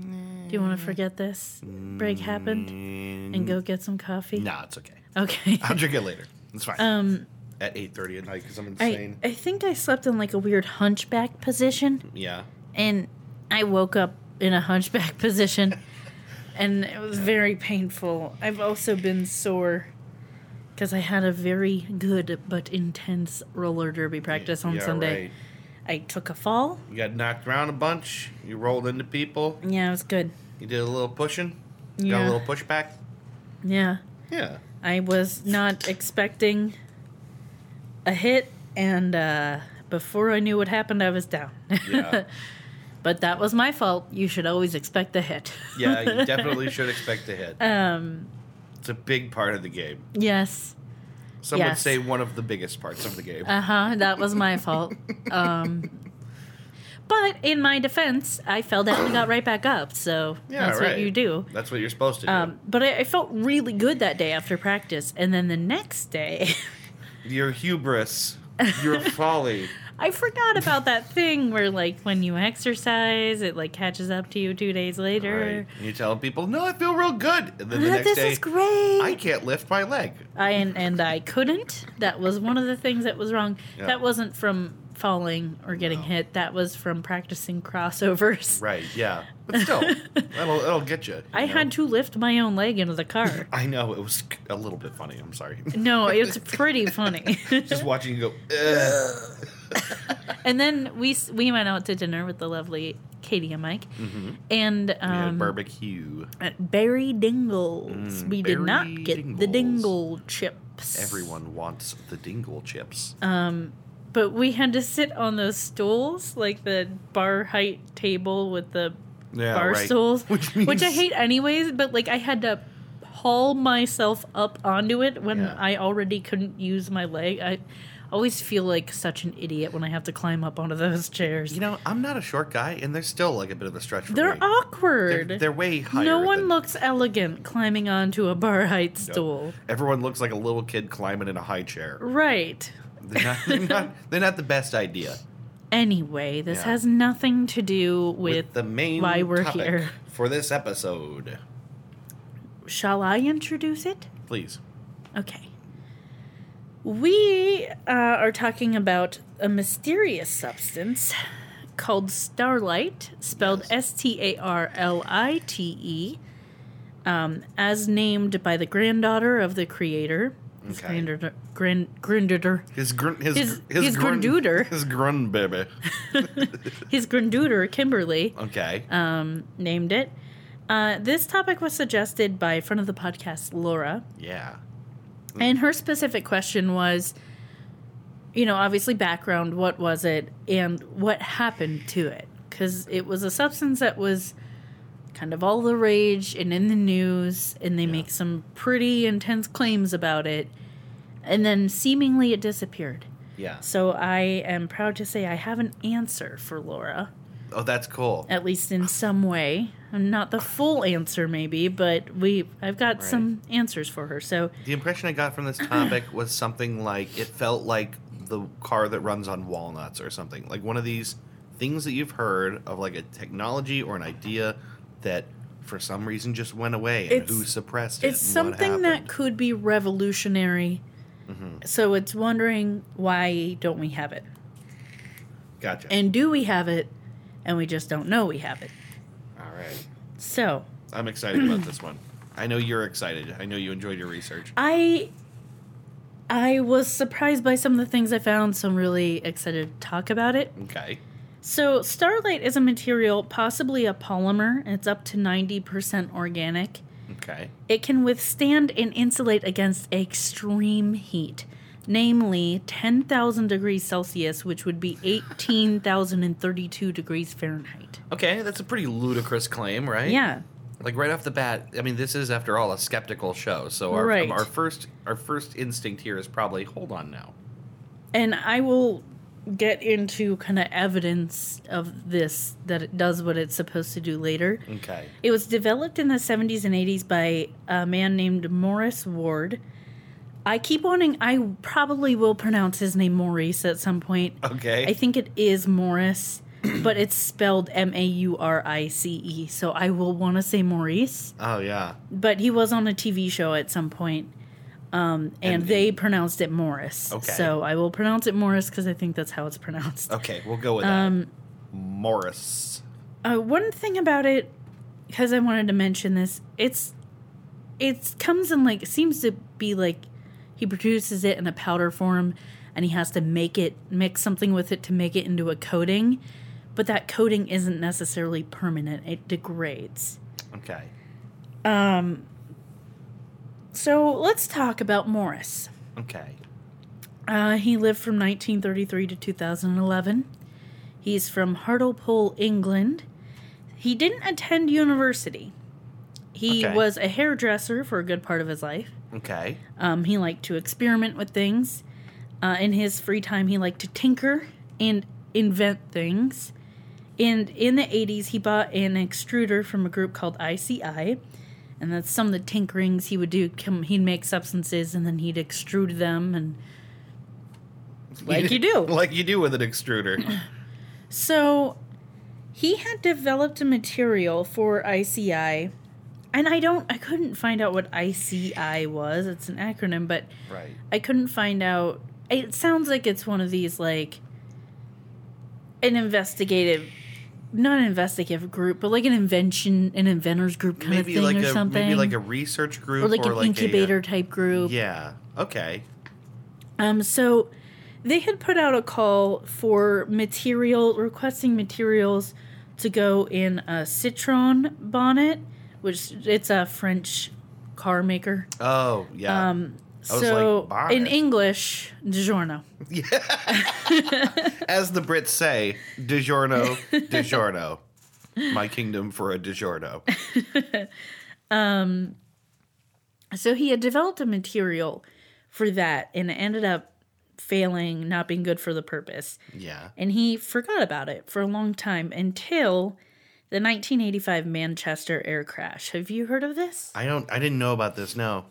Do you want Mm. to forget this break happened and go get some coffee? Nah, it's okay. Okay. I'll drink it later. It's fine. Um, At eight thirty at night because I'm I, insane. I think I slept in like a weird hunchback position yeah. and I woke up in a hunchback position and it was very painful. I've also been sore because I had a very good but intense roller derby practice on Yeah, Sunday. right. I took a fall. You got knocked around a bunch. You rolled into people. Yeah, it was good. You did a little pushing. Got Yeah. a little pushback. Yeah. Yeah. I was not expecting a hit, and uh, before I knew what happened, I was down. Yeah. but that was my fault. You should always expect a hit. Yeah, you definitely should expect a hit. Um, It's a big part of the game. yes. Some would Yes. say one of the biggest parts of the game. Uh huh. That was my fault. Um, but in my defense, I fell down and got right back up. So yeah, that's right. what you do. That's what you're supposed to do. Um, but I, I felt really good that day after practice. And then the next day. your hubris, your folly. I forgot about that thing where like when you exercise, it like catches up to you two days later. Right. You tell people, no, I feel real good. And then the Ah, next this day, is great. I I, can't lift my leg. and, and I couldn't. That was one of the things that was wrong. Yeah. That wasn't from falling or getting No. hit. That was from practicing crossovers. Right, yeah. But still, that'll, that'll get you. you I know? had to lift my own leg into the car. I know, it was a little bit funny. I'm sorry. no, it's pretty funny. Just watching you go, Ugh. and then we s- we went out to dinner with the lovely Katie and Mike, and Mm-hmm. We had um, barbecue. at Barry Dingles. Mm, we did not Barry get the Dingles. Dingle chips. Everyone wants the dingle chips. Um, but we had to sit on those stools, like the bar height table with the yeah, bar right. stools, Which means I hate anyways. But like I had to haul myself up onto it when Yeah. I already couldn't use my leg. I always feel like such an idiot when I have to climb up onto those chairs. You know, I'm not a short guy, and they're still like a bit of a stretch for they're me. awkward. They're, they're way higher. no one than- looks elegant climbing onto a bar height No. stool. Everyone looks like a little kid climbing in a high chair. Right. They're not, they're not, they're not the best idea. Anyway, this Yeah. has nothing to do with, the main why we're topic here. for this episode. Shall I introduce it? Please. Okay. We uh, are talking about a mysterious substance called starlight, spelled Yes. S T A R L I T E, um, as named by the granddaughter of the creator. His Okay. granddaughter, grand, granddaughter, His grun, his His- gr- his, his grun- grunduder. his grun baby. his granddaughter Kimberly Okay. um, named it. Uh, this topic was suggested by friend of the podcast Laura, yeah. And her specific question was, you know, obviously background, what was it, and what happened to it? Because it was a substance that was kind of all the rage and in the news, and they make some pretty intense claims about it. And then seemingly it disappeared. Yeah. So I am proud to say I have an answer for Laura, Oh, that's cool. at least in some way. Not the full answer, maybe, but we I've got Right. some answers for her. So The impression I got from this topic was something like it felt like the car that runs on walnuts or something. Like one of these things that you've heard of like a technology or an idea that for some reason just went away and It's- who suppressed it. it's and what something that happened. Mm-hmm. could be revolutionary. So it's wondering why don't we have it? Gotcha. And do we have it? And we just don't know we have it. All right. So I'm excited about this one. I know you're excited. I know you enjoyed your Uh, research. I I was surprised by some of the things I found, so I'm really excited to talk about it. Okay. So starlight is a material, possibly a polymer. It's up to 90% organic. Okay. It can withstand and insulate against extreme heat, namely 10,000 degrees Celsius, which would be 18,032 degrees Fahrenheit. Okay, that's a pretty ludicrous claim, right? Yeah. Like right off the bat, I mean, this is after all a skeptical show, so our um, Right. our first our first instinct here is probably hold on now. And I will get into kind of evidence of this that it does what it's supposed to do later. Okay. It was developed in the 70s and 80s by a man named Morris Ward. I keep wanting, I probably will pronounce his name Maurice at some point. Okay. I think it is Morris. but it's spelled M A U R I C E. So I will want to say Maurice, Oh yeah. but he was on a TV show at some point, um, and, And- they pronounced it Morris. Okay. So I will pronounce it Morris because I think that's how it's pronounced. Okay, we'll go with Um, that. Morris. Uh, one thing about it, because I wanted to mention this, it's it comes in like seems to be like he produces it in a powder form, and he has to make it mix something with it to make it into a coating, but that coating isn't necessarily permanent; it degrades. Okay. Um. So let's talk about Morris. Okay. Uh, he lived from 1933 to 2011. He's from Hartlepool, England. He didn't attend university. He Okay. was a hairdresser for a good part of his life. Okay. Um, he liked to experiment with things. Uh, in his free time, he liked to tinker and invent things. And in the 80s, he bought an extruder from a group called ICI. And that's some of the tinkerings he would do. Come, he'd make substances and then he'd extrude them and Like you do. like you do with an extruder. So he had developed a material for ICI, and I don't, I couldn't find out what ICI was. It's an acronym, but right. I couldn't find out. It sounds like it's one of these like an investigative, not an investigative group, but like an invention, an inventors group kind Maybe of thing like or a something, maybe like a research group or like an a, uh, incubator type group. yeah. Okay. Um, so they had put out a call for material, requesting materials to go in a citron bonnet, which it's a French car maker. Oh yeah. Um, I was so like, bonnet. in English, DiGiorno. As the Brits say, DiGiorno, DiGiorno. My kingdom for a DiGiorno. So he had developed a material for that and it ended up failing, not being good for the purpose. Yeah. and he forgot about it for a long time until the 1985 Manchester air crash. Have you heard of this? I don't I didn't know about this, no.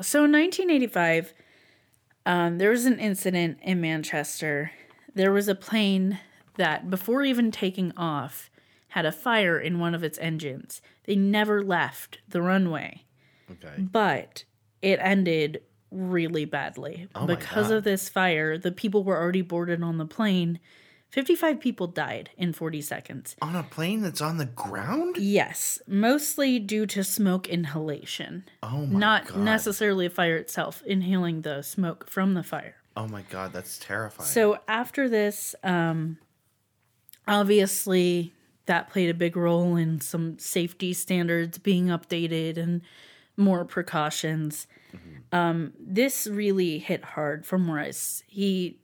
So in 1985, um, there was an incident in Manchester. There was a plane that, before even taking off, had a fire in one of its engines. They never left the runway Okay. but it ended really badly Oh my because God. of this fire the people were already boarded on the plane 55 people died in 40 seconds On a plane that's on the ground? yes mostly due to smoke inhalation Oh my not god. necessarily the fire itself inhaling the smoke from the fire oh my god, that's terrifying. so after this, um, obviously that played a big role in some safety standards being updated and more precautions. Um, this really hit hard for Morris. He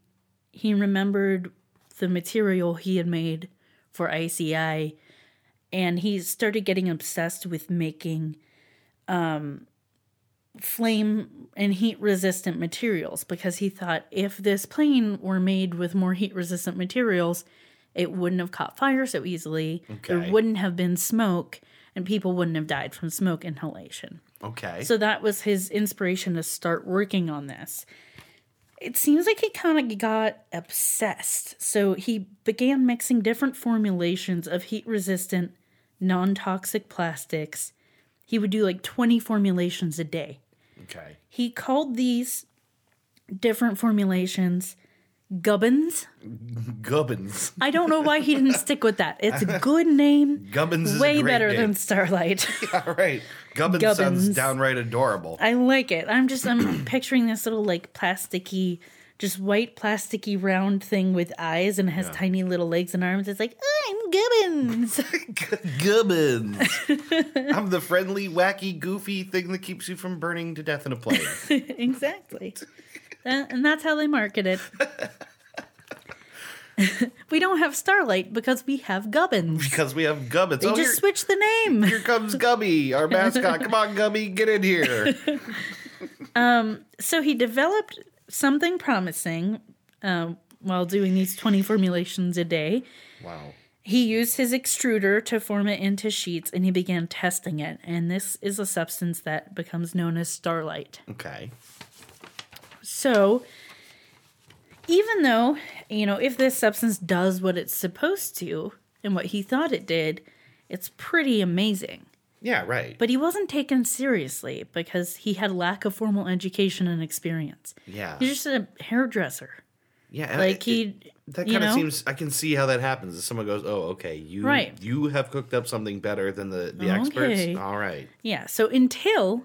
he remembered the material he had made for ICI, and he started getting obsessed with making um, flame and heat resistant materials because he thought if this plane were made with more heat resistant materials, it wouldn't have caught fire so easily. Okay. There wouldn't have been smoke, and people wouldn't have died from smoke inhalation. okay. So that was his inspiration to start working on this. It seems like he kind of got obsessed. So he began mixing different formulations of heat resistant, non toxic plastics. He would do like 20 formulations a day okay. he called these different formulations gubbins. Gubbins. I don't know why he didn't stick with that. It's a good name. Gubbins is Way a great better name. than Starlight. All right. Gubbins, sounds Gubbins. downright adorable. I like it. I'm just I'm picturing this little like plasticky, just white plasticky round thing with eyes and has tiny little legs and arms. It's like I'm Gubbins. Gubbins. I'm the friendly, wacky, goofy thing that keeps you from burning to death in a plane. exactly. That- and that's how they market it. we don't have Starlight because we have Gubbins. Because we have Gubbins. They oh, just here, switched the name. here comes Gubby, our mascot. Come on, Gubby, get in here. so he developed something promising um, while doing these 20 formulations a day. Wow. He used his extruder to form it into sheets and he began testing it. And this is a substance that becomes known as starlight. Okay. So even though, you know, if this substance does what it's supposed to and what he thought it did, it's pretty amazing. Yeah, right. But he wasn't taken seriously because he had lack of formal education and experience. yeah. He's just a hairdresser. yeah. Uh, Like it- he that you kind of know? seems I can see how that happens. If someone goes, "Oh, okay, you Right. you have cooked up something better than the the Okay. experts." All right. Yeah, so until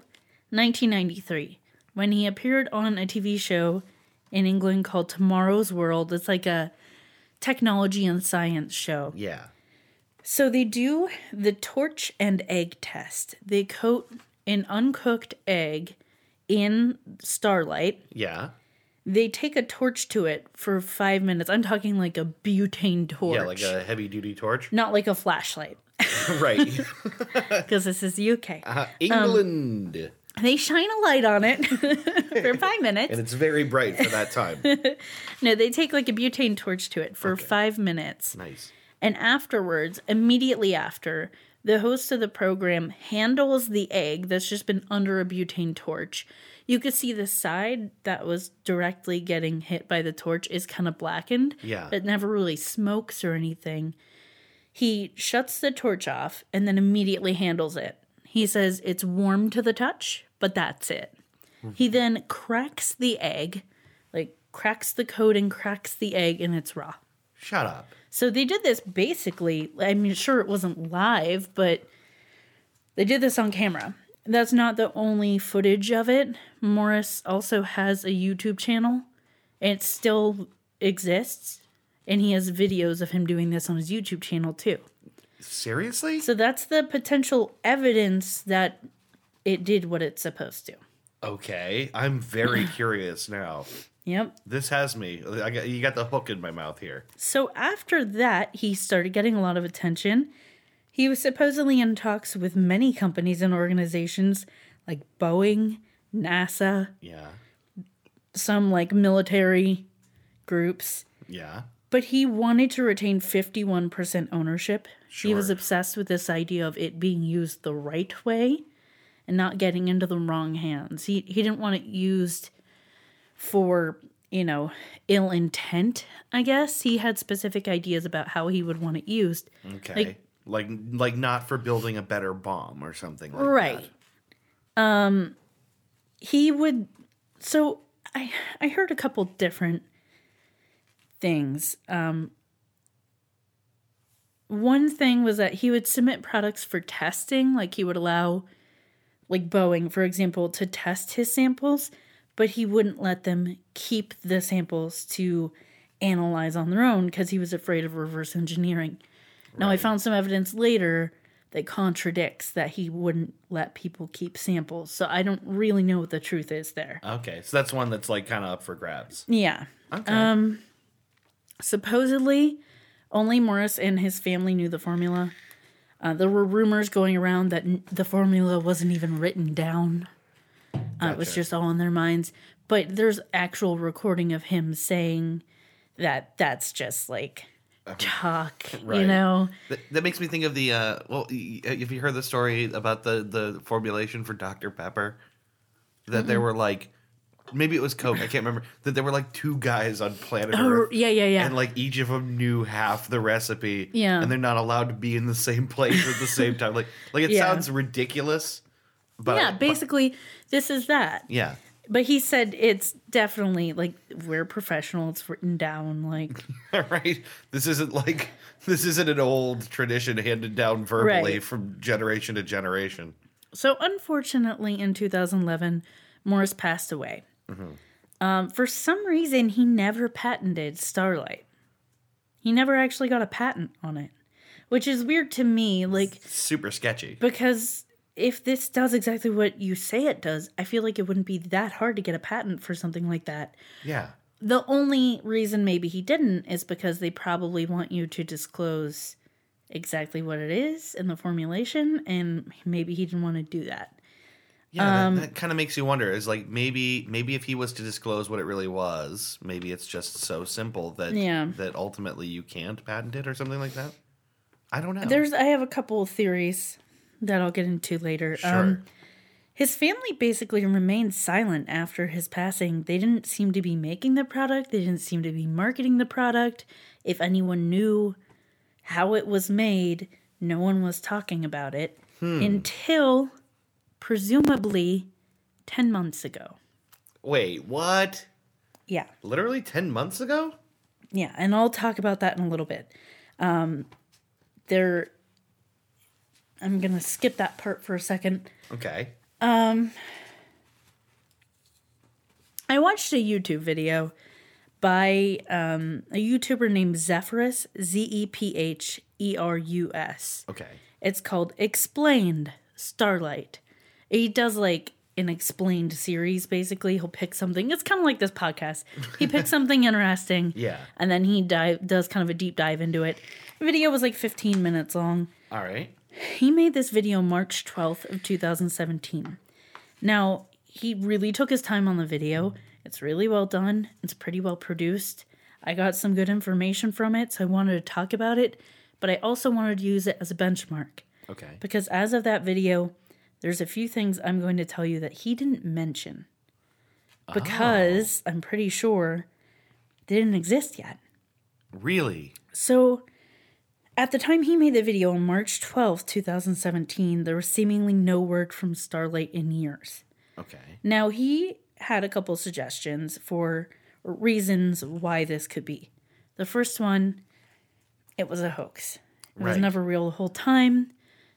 1993, when he appeared on a TV show in England called Tomorrow's World. It's like a technology and science show. Yeah. So they do the torch and egg test. They coat an uncooked egg in starlight. Yeah. They take a torch to it for five minutes. I'm talking like a butane torch. Yeah, like a heavy duty torch. Not like a flashlight, right. because this is the UK. Uh, England. They shine a light on it for five minutes. and it's very bright for that time. No, they take like a butane torch to it for five minutes. nice. And afterwards, immediately after, the host of the program handles the egg that's just been under a butane torch. You could see the side that was directly getting hit by the torch is kind of blackened. Yeah. It never really smokes or anything. He shuts the torch off and then immediately handles it. He says it's warm to the touch, but that's it. He then cracks the egg, like cracks the coat and cracks the egg, and it's raw. Shut up. So they did this basically. I'm sure it wasn't live, but they did this on camera. That's not the only footage of it. Morris also has a YouTube channel, and it still exists. And he has videos of him doing this on his YouTube channel too. Seriously? So that's the potential evidence that it did what it's supposed to. Okay. I'm very curious now. Yep. This has me. I got, you got the hook in my mouth here. So after that, he started getting a lot of attention. He was supposedly in talks with many companies and organizations like Boeing, NASA, Yeah. some like military groups. Yeah. But he wanted to retain 51% ownership. He was Sure. obsessed with this idea of it being used the right way and not getting into the wrong hands. He he didn't want it used for, you know, ill intent, I guess. He had specific ideas about how he would want it used. Okay. Like, like, not for building a better bomb or something like Right. that. Um he would so I I heard a couple different things. Um one thing was that he would submit products for testing, like he would allow like Boeing, for example, to test his samples, but he wouldn't let them keep the samples to analyze on their own because he was afraid of reverse engineering. Now, I found some evidence later that contradicts that he wouldn't let people keep samples, so I don't really know what the truth is there. Okay. So that's one that's like kind of up for grabs. Yeah. Okay. Um, Supposedly, only Morris and his family knew the formula. Uh, there were rumors going around that n- the formula wasn't even written down. Uh, It was Gotcha. just all in their minds. But there's actual recording of him saying that that's just like talk, you Right. know? That, that makes me think of the uh, well. y- If you heard the story about the the formulation for Dr Pepper, that there were like maybe it was Coke. I can't remember that there were like two guys on planet Or- Earth. yeah, yeah, Oh, yeah. And like each of them knew half the recipe, Yeah. and they're not allowed to be in the same place at the same time. Like, like it Yeah. sounds ridiculous, but yeah, but- basically, this is that. yeah, But he said it's definitely like we're professional. It's written down. Like right. This isn't like this isn't an old tradition handed down verbally Right. from generation to generation. so, unfortunately, in 2011, Morris passed away. Um, for some reason, he never patented Starlight. He never actually got a patent on it, which is weird to me. Like Super sketchy. because if this does exactly what you say it does, I feel like it wouldn't be that hard to get a patent for something like that. Yeah. The only reason maybe he didn't is because they probably want you to disclose exactly what it is and the formulation, and maybe he didn't want to do that. Yeah, Um, that, that kind of makes you wonder. Is like maybe maybe if he was to disclose what it really was, maybe it's just so simple that Yeah. that ultimately you can't patent it or something like that. I don't know. There's, I have a couple of theories that I'll get into later. sure. Um, His family basically remained silent after his passing. They didn't seem to be making the product, they didn't seem to be marketing the product. If anyone knew how it was made, no one was talking about it until presumably 10 months ago. Wait, what? Yeah. Literally 10 months ago? Yeah, and I'll talk about that in a little bit. Um, there, I'm gonna skip that part for a second. Okay. I watched a YouTube video by um, a YouTuber named Zephyrus, Z E P H E R U S. Okay. It's called Explained Starlight. He does like an explained series basically. He'll pick something. It's kind of like this podcast. He picks something interesting. Yeah. And then he dive, does kind of a deep dive into it. The video was like 15 minutes long. All right. He made this video March 12th of 2017. Now, he really took his time on the video. It's really well done. It's pretty well produced. I got some good information from it, so I wanted to talk about it, but I also wanted to use it as a benchmark Okay. because as of that video, there's a few things I'm going to tell you that he didn't mention because I'm pretty sure they didn't exist yet. Really? So, at the time he made the video on March 12th, 2017, there was seemingly no word from Starlight in years. Okay. Now, he had a couple suggestions for reasons why this could be. The first one, it was a hoax. It was Right. never real the whole time.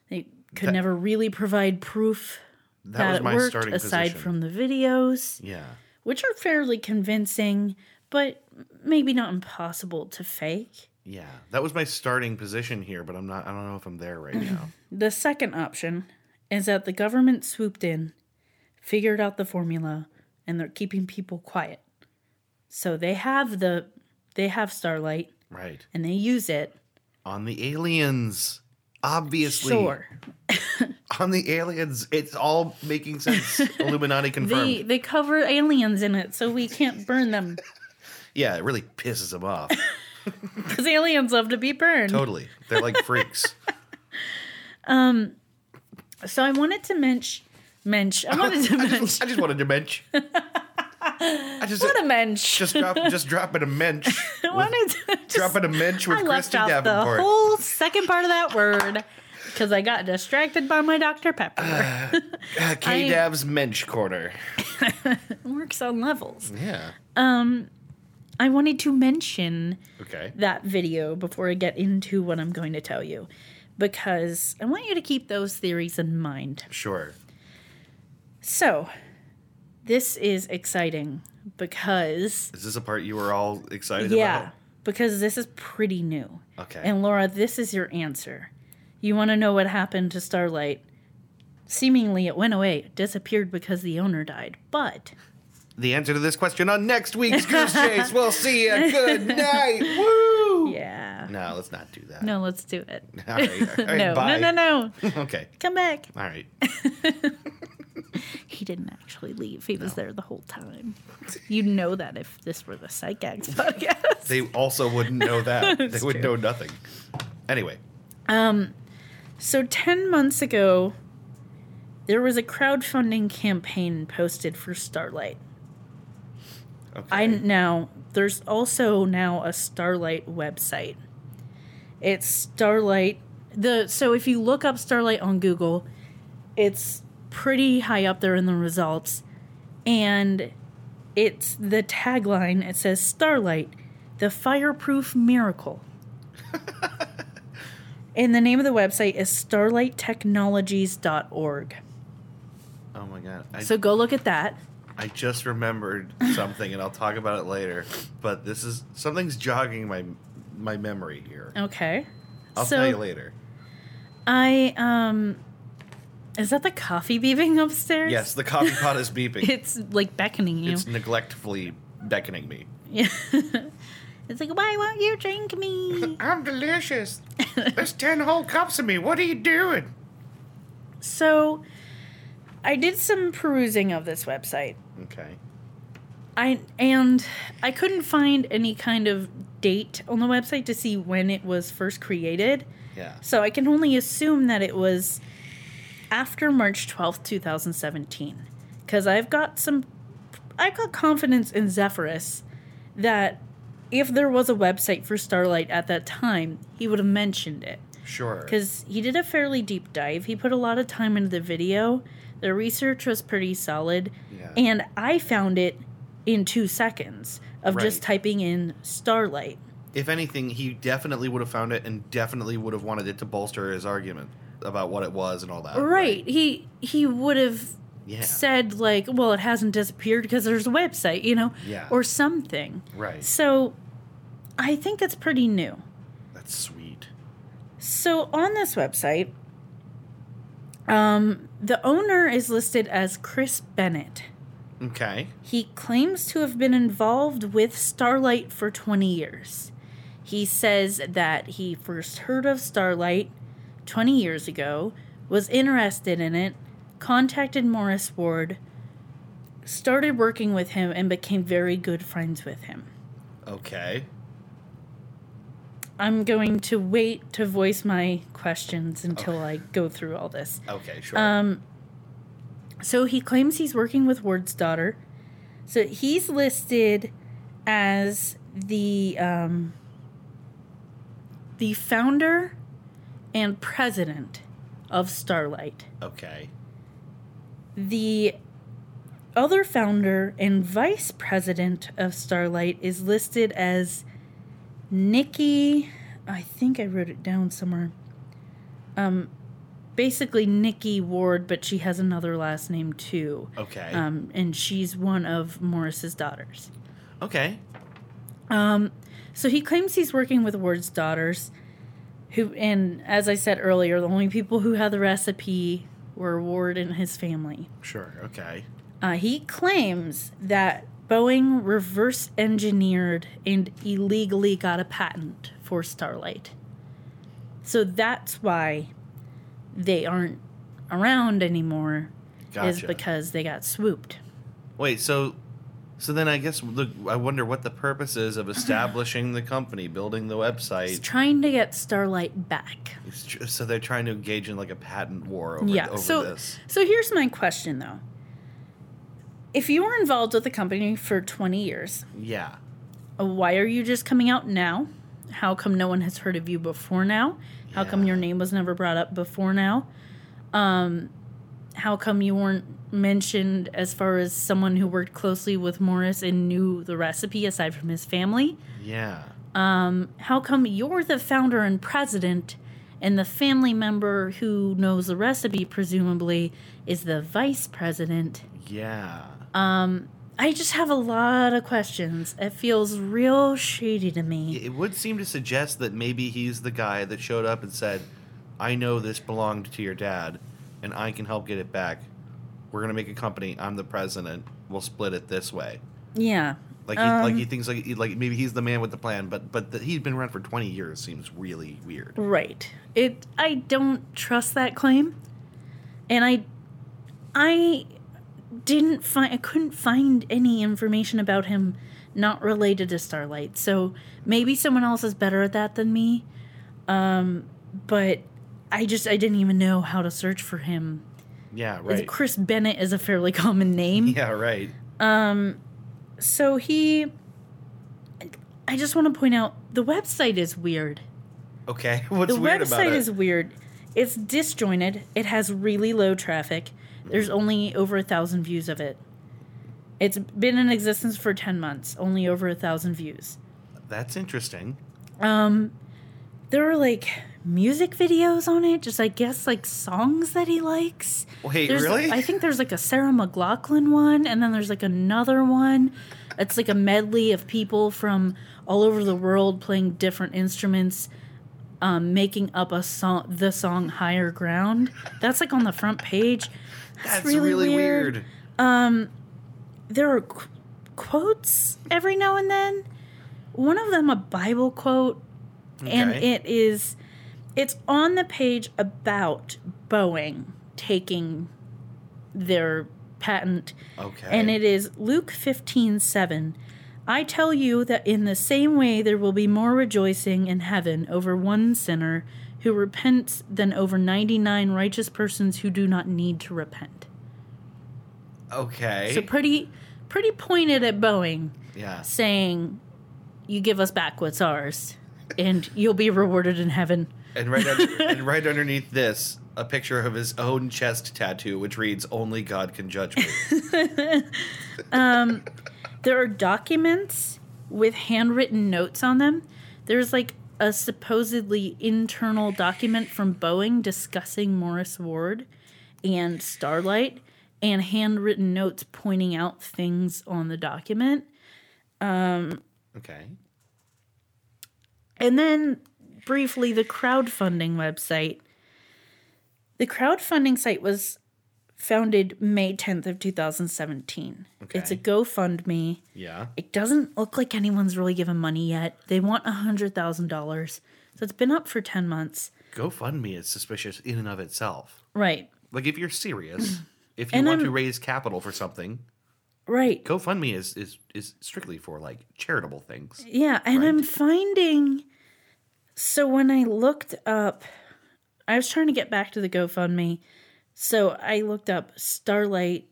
They could That- never really provide proof That, that, was my it worked starting aside position. from the videos, Yeah. which are fairly convincing, but maybe not impossible to fake. Yeah. That was my starting position here, but I'm not I don't know if I'm there right now. The second option is that the government swooped in, figured out the formula, and they're keeping people quiet. So they have the they have Starlight right. and they use it. On the aliens. Obviously. Sure. On the aliens. It's all making sense. Illuminati confirmed. They they cover aliens in it so we can't burn them Yeah, it really pisses them off. cuz aliens love to be burned. totally. They're like freaks. So I wanted to mench mench I wanted to mench I just wanted to mensch. I just what a mench. just drop just dropping a mensch. I wanted to just, dropping a mensch with I left Christy off Davenport. the whole second part of that word because I got distracted by my Dr. Pepper. K Dab's mensch corner. works on levels. Yeah. I wanted to mention Okay. that video before I get into what I'm going to tell you because I want you to keep those theories in mind. Sure. So, this is exciting because, Is this a part you were all excited yeah, because this is pretty new. about? Okay. And Laura, this is your answer. You want to know what happened to Starlight? Seemingly, it went away, it disappeared because the owner died. But the answer to this question on next week's Goose Chase. We'll see you. Good night. Woo! yeah, No, let's not do that. no, let's do it. All right. All right no, bye. no, no, no, Okay. come back. All right. He didn't actually leave. He was there the whole time. You'd know that if this were the Psychax podcast. They also wouldn't know that. they would true. know nothing. Anyway. So 10 months ago, there was a crowdfunding campaign posted for Starlight. Okay. I now there's also now a Starlight website. It's Starlight the so if you look up Starlight on Google, it's pretty high up there in the results and it's the tagline it says Starlight, the fireproof miracle. and the name of the website is starlighttechnologies.org. oh my god. I, So go look at that. I just remembered something, and I'll talk about it later. But this is something's jogging my my memory here. Okay. I'll so, tell you later. I um is that the coffee beeping upstairs? Yes, the coffee pot is beeping. It's like beckoning you. It's neglectfully beckoning me. Yeah. it's like, why won't you drink me? I'm delicious. There's ten whole cups of me. What are you doing? so I did some perusing of this website. Okay. I and I couldn't find any kind of date on the website to see when it was first created. Yeah. So I can only assume that it was after March 12th, 2017, because I've got some, I've got confidence in Zephyrus that if there was a website for Starlight at that time, he would have mentioned it. Sure. Because he did a fairly deep dive. He put a lot of time into the video. The research was pretty solid. Yeah. And I found it in two seconds of just Right. typing in Starlight. If anything, he definitely would have found it and definitely would have wanted it to bolster his argument about what it was and all that. right. He he would have Yeah. said like, well, it hasn't disappeared because there's a website, you know, Yeah. or something. Right. So I think it's pretty new. That's sweet. So on this website, um, the owner is listed as Chris Bennett. Okay. He claims to have been involved with Starlight for 20 years. He says that he first heard of Starlight 20 years ago, was interested in it, contacted Morris Ward, started working with him, and became very good friends with him. Okay. I'm going to wait to voice my questions until I go through all this. Okay, sure. Um, so he claims he's working with Ward's daughter. So he's listed as the um, the founder and president of Starlight. okay. The other founder and vice president of Starlight is listed as Nikki. I think I wrote it down somewhere. Um, basically Nikki Ward, but she has another last name too. Okay. Um, and she's one of Morris's daughters. okay. Um, so he claims he's working with Ward's daughters, who, and as I said earlier, the only people who had the recipe were Ward and his family. Sure. Okay. Uh, he claims that Boeing reverse engineered and illegally got a patent for Starlight. So that's why they aren't around anymore, is Gotcha. because they got swooped. Wait, so so then I guess the, I wonder what the purpose is of establishing the company, building the He's website. trying to get Starlight back. It's tr- So they're trying to engage in like a patent war over, yeah. over so, this. so here's my question though. If you were involved with the company for 20 years, Yeah. why are you just coming out now? How come no one has heard of you before now? How come Yeah. your name was never brought up before now? Um, how come you weren't mentioned as far as someone who worked closely with Morris and knew the recipe aside from his family? Yeah. Um, how come you're the founder and president, and the family member who knows the recipe, presumably, is the vice president? Yeah. Um, I just have a lot of questions. It feels real shady to me. It would seem to suggest that maybe he's the guy that showed up and said, "I know this belonged to your dad, and I can help get it back. We're gonna make a company. I'm the president. We'll split it this way." Yeah. Like he, like he Um, thinks like he, like maybe he's the man with the plan, but but that he'd been around for twenty years seems really weird. Right. It I don't trust that claim. And I I didn't find I couldn't find any information about him not related to Starlight. So maybe someone else is better at that than me. Um but I just I didn't even know how to search for him. Yeah, It's- right. Chris Bennett is a fairly common name. Yeah, right. Um, so he. I just want to point out the website is weird. Okay, what's the weird about website it? is weird. It's disjointed. It has really low traffic. There's only over a thousand views of it. It's been in existence for ten months. Only over a thousand views. That's interesting. Um, there are like music videos on it. Just I guess like songs that he likes. Wait, There's- really? I think there's like a Sarah McLaughlin one, and then there's like another one. It's like a medley of people from all over the world playing different instruments, um, making up a song, the song "Higher Ground." That's like on the front page. That's really, weird. Um, there are qu- quotes every now and then. One of them a Bible quote, and Okay. it is it's on the page about Boeing taking their patent Okay. and it is Luke fifteen seven. I tell you that in the same way there will be more rejoicing in heaven over one sinner who repents than over 99 righteous persons who do not need to repent. Okay. So pretty pretty pointed at Boeing yeah. saying you give us back what's ours and you'll be rewarded in heaven. And right under, and right underneath this, a picture of his own chest tattoo, which reads, "Only God can judge me." There are documents with handwritten notes on them. There's like a supposedly internal document from Boeing discussing Morris Ward and Starlight and handwritten notes pointing out things on the document. Okay. And then briefly, the crowdfunding website. The crowdfunding site was founded May 10th of 2017. It's a Okay. GoFundMe. Yeah. It doesn't look like anyone's really given money yet. They want $100,000. So it's been up for 10 months. GoFundMe is suspicious in and of itself. Right. Like if you're serious, if you And want to I'm- raise capital for something, Right. GoFundMe is is is strictly for like charitable things. Yeah, and I'm finding. So when I looked up, I was trying to get back to the GoFundMe. So I looked up Starlight,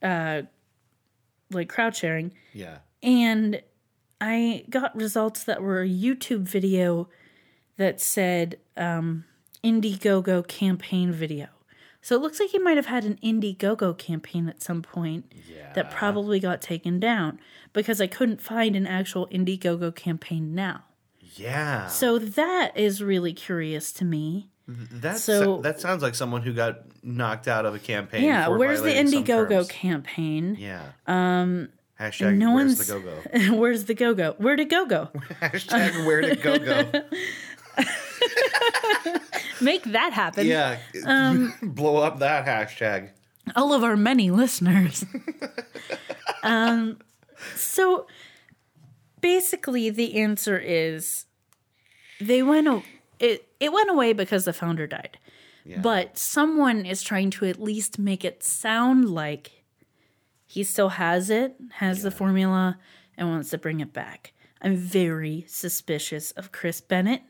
uh, like crowd sharing, Yeah. and I got results that were a YouTube video that said um, Indiegogo campaign video. So it looks like he might have had an Indiegogo campaign at some point Yeah. that probably got taken down because I couldn't find an actual Indiegogo campaign now. yeah. So that is really curious to me. That's So- that sounds like someone who got knocked out of a campaign. Yeah, for where's the violating some Indiegogo terms. campaign? yeah. Um. Hashtag no where's one's- the go go. Where's the go go? Where'd it go go? Hashtag where did go go? Make that happen. Yeah. Blow up that hashtag. all of our many listeners. um, so basically, the answer is they went o- it it went away because the founder died, but someone is trying to at least make it sound like he still has it, has the formula, and wants to bring it back. I'm very suspicious of Chris Bennett.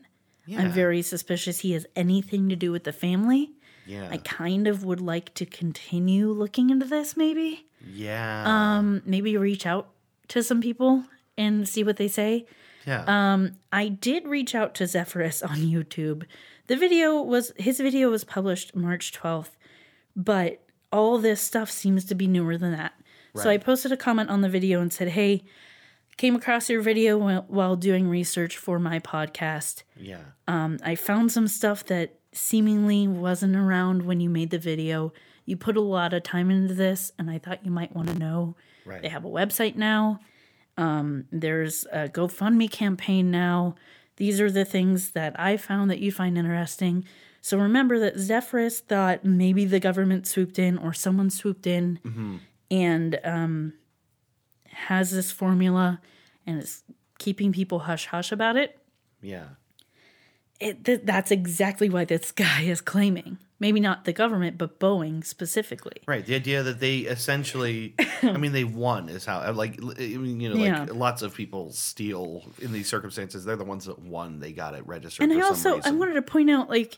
Yeah. I'm very suspicious he has anything to do with the family. Yeah. I kind of would like to continue looking into this, maybe. yeah. Um, maybe reach out to some people and see what they say. um, yeah. I did reach out to Zephyrus on YouTube. The video was his video was published March 12th, but all this stuff seems to be newer than that. So I Right. posted a comment on the video and said, "Hey, came across your video while, while doing research for my podcast. yeah. Um, I found some stuff that seemingly wasn't around when you made the video. You put a lot of time into this, and I thought you might want to know. Right. They have a website now. Um, there's a GoFundMe campaign now. These are the things that I found that you find interesting. So remember that Zephyrus thought maybe the government swooped in or someone swooped in and um, has this formula and is keeping people hush hush about it yeah. it, th- that's exactly why this guy is claiming. Maybe not the government, but Boeing specifically. Right. The idea that they essentially, I mean, they won is how, like, l- I mean, you know, like Yeah. lots of people steal in these circumstances. They're the ones that won. They got it registered. And for I also some I reason. wanted to point out, like,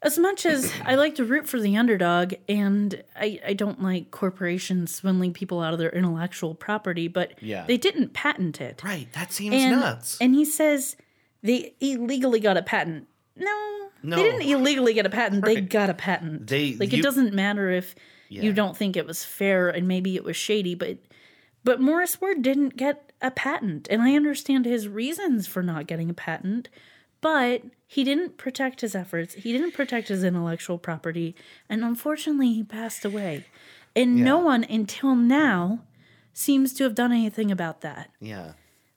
as much as I like to root for the underdog, and I, I don't like corporations swindling people out of their intellectual property, but Yeah. they didn't patent it. Right. That seems And, nuts. and he says they illegally got a patent. No, No. they didn't illegally get a patent. They got a patent. They- like you- it doesn't matter if Yeah. you don't think it was fair and maybe it was shady, but but Morris Ward didn't get a patent, and I understand his reasons for not getting a patent, but he didn't protect his efforts. He didn't protect his intellectual property, and unfortunately, he passed away. And no Yeah. one until now seems to have done anything about that. yeah.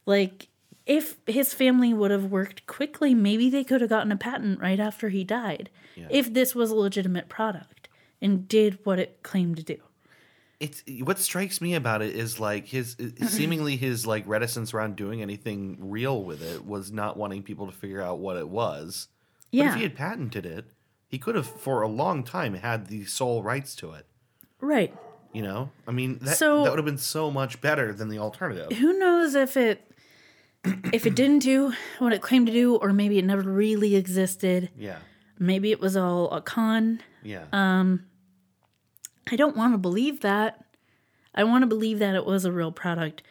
Like, if his family would have worked quickly, maybe they could have gotten a patent right after he died if this was a legitimate product and did what it claimed to do. it's what strikes me about it is like his seemingly his like reticence around doing anything real with it was not wanting people to figure out what it was. But if Yeah. he had patented it, he could have for a long time had the sole rights to it. right. You know, I mean, that, So- that would have been so much better than the alternative. Who knows if it if it didn't do what it claimed to do, or maybe it never really existed, Yeah. maybe it was all a con. Yeah. Um, I don't want to believe that. I want to believe that it was a real product,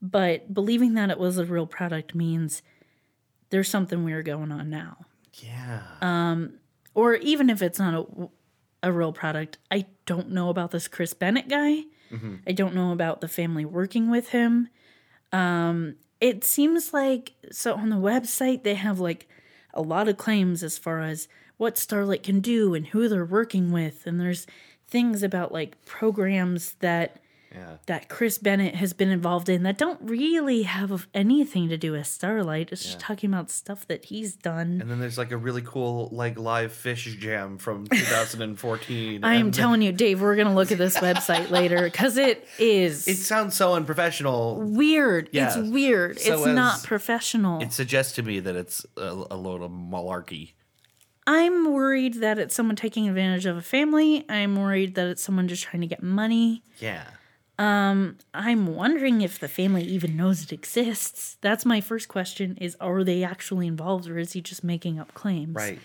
but believing that it was a real product means there's something weird going on now. yeah. um, Or even if it's not a, a real product, I don't know about this Chris Bennett guy. I don't know about the family working with him. Um, it seems like so on the website they have like a lot of claims as far as what Starlight can do and who they're working with, and there's things about like programs that yeah. that Chris Bennett has been involved in that don't really have anything to do with Starlight. It's just talking about stuff that he's done. And then there's like a really cool like live fish jam from 2014. I am and telling you, Dave, we're gonna look at this website later because it is It sounds so unprofessional. weird. Yeah. It's weird. So it's as- not professional. It suggests to me that it's a, a load of malarkey. I'm worried that it's someone taking advantage of a family. I'm worried that it's someone just trying to get money. Yeah. I'm wondering if the family even knows it exists. That's my first question is are they actually involved or is he just making up claims? Right.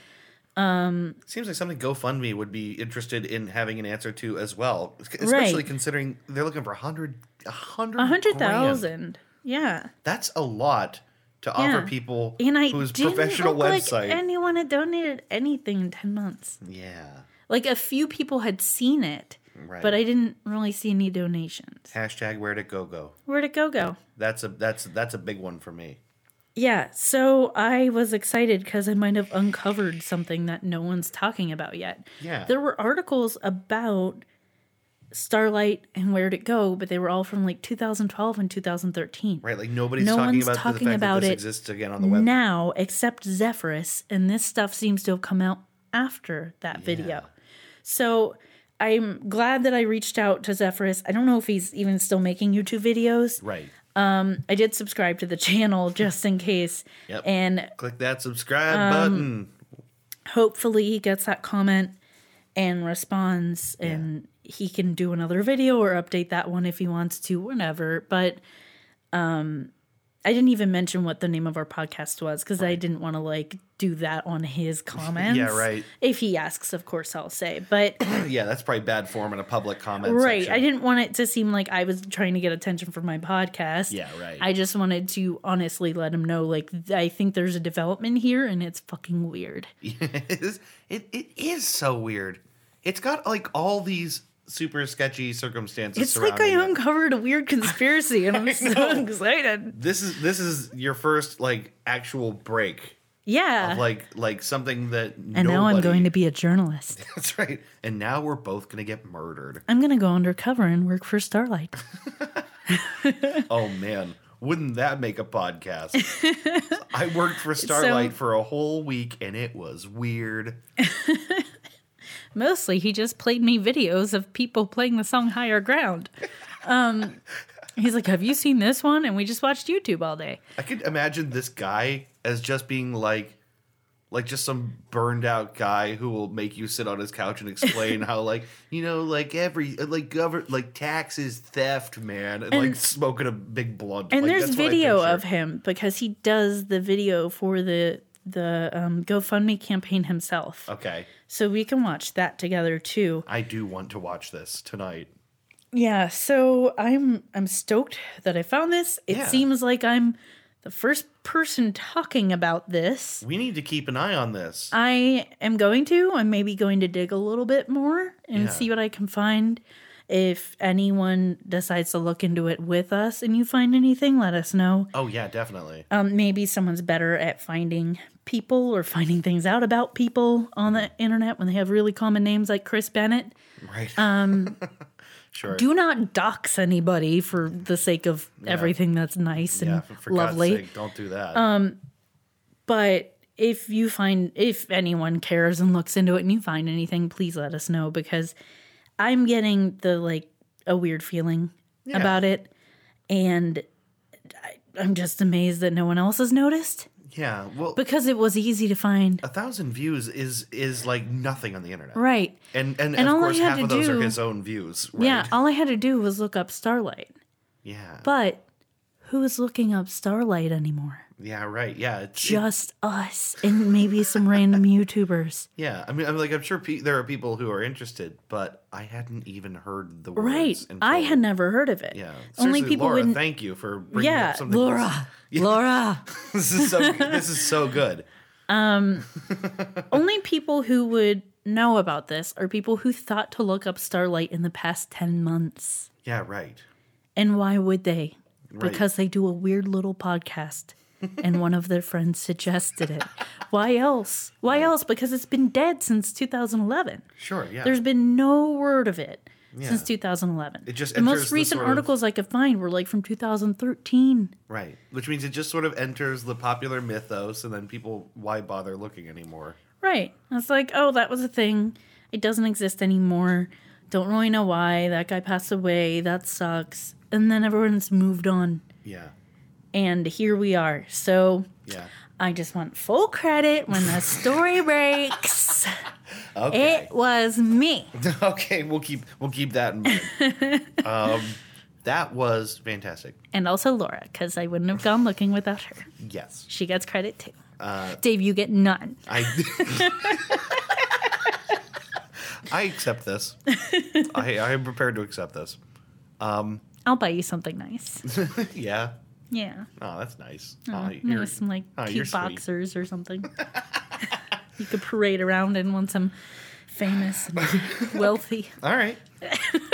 Um, Seems like something GoFundMe would be interested in having an answer to as well, especially Right. considering they're looking for a hundred, a hundred, A hundred grand. thousand. Yeah. That's a lot to Yeah. offer people And I whose didn't professional look website. like anyone had donated anything in ten months. yeah. Like a few people had seen it, Right. but I didn't really see any donations. Hashtag where'd it go go. Where'd it go go? That's a that's that's a big one for me. Yeah, so I was excited because I might have uncovered something that no one's talking about yet. Yeah. There were articles about Starlight and Where'd It Go, but they were all from like 2012 and 2013. Right, like nobody's No talking one's about talking the fact about that this it exists again on the web. Now, except Zephyrus, and this stuff seems to have come out after that video. So I'm glad that I reached out to Zephyrus. I don't know if he's even still making YouTube videos. Right. I did subscribe to the channel just in case. Yep. And Click that subscribe Um, button. hopefully he gets that comment and responds and he can do another video or update that one if he wants to whenever but um i didn't even mention what the name of our podcast was because i didn't want to like do that on his comments right. if he asks of course i'll say but Yeah, that's probably bad form in a public comment right section. i didn't want it to seem like i was trying to get attention for my podcast Yeah, right. i just wanted to honestly let him know like th- i think there's a development here and it's fucking weird it, it is so weird. It's got like all these super sketchy circumstances. It's like I surrounding it. uncovered a weird conspiracy and I'm so excited. This is this is your first like actual break, Yeah. like like something that. Uh-huh. and now I'm nobody- going to be a journalist. That's right. And now we're both gonna get murdered. I'm going to go undercover and work for Starlight. Oh man, wouldn't that make a podcast? I worked for Starlight for a whole week and it was weird. Mostly he just played me videos of people playing the song Higher Ground. Um, he's like, Have you seen this one? And we just watched YouTube all day. I could imagine this guy as just being like like just some burned out guy who will make you sit on his couch and explain how like you know like every like govern like taxes theft man and, like smoking a big blunt And Like, there's that's what I video picture. of him because he does the video for the the um, GoFundMe campaign himself. okay So we can watch that together too. I do want to watch this tonight Yeah, so I'm I'm stoked that I found this. It Yeah. seems like I'm the first person talking about this. we need to keep an eye on this Um, I am going to. I'm maybe going to dig a little bit more and Yeah. see what I can find. If anyone decides to look into it with us and you find anything, let us know. oh yeah definitely Um, maybe someone's better at finding people or finding things out about people on the internet when they have really common names like Chris Bennett. right um sure Do not dox anybody for the sake of everything that's nice and yeah for, for lovely. Um, God's sake don't do that But if you find, if anyone cares and looks into it and you find anything, please let us know because I'm getting the like a weird feeling about it. And I, I'm just amazed that no one else has noticed yeah well because it was easy to find. a thousand views is is like nothing on the internet Right. And and, And of all I course, had half to of those do- are his own views. Right? Yeah. All I had to do was look up Starlight. yeah. But who's looking up Starlight anymore? Yeah, right. Yeah, it's, it- Just us and maybe some random YouTubers. yeah. I mean, I'm like, I'm sure pe- there are people who are interested, but I hadn't even heard the words. Right. until- I had never heard of it. Yeah. Only Seriously, people Laura, wouldn't. Thank you for bringing Yeah. up something. Laura. Laura. this is so. this is so good. Only people who would know about this are people who thought to look up Starlight in the past 10 months. Yeah. Right. And why would they? Right. Because they do a weird little podcast and one of their friends suggested it. Why else? Why else? Because it's been dead since 2011. Sure. Yeah. There's been no word of it since Yeah. 2011. It just the enters most the recent sort of- articles I could find were like from 2013. right. Which means it just sort of enters the popular mythos, and then people, why bother looking anymore? Right. I was like, oh, that was a thing. It doesn't exist anymore. Don't really know why. That guy passed away. That sucks. And then everyone's moved on. Yeah. And here we are. So Yeah. I just want full credit when the story breaks. Eh. Okay. It was me. okay. We'll keep. We'll keep that in mind. um, that was fantastic. And also Laura, because I wouldn't have gone looking without her. Yes. Uh, She gets credit too. Dave, you get none. I I accept this. I, I am prepared to accept this. Um, I'll buy you something nice. yeah. Yeah. Oh, that's nice. Oh, Aw, maybe you're- some like oh, you're cute sweet. boxers or something. you could parade around in once I'm famous and wealthy. All right.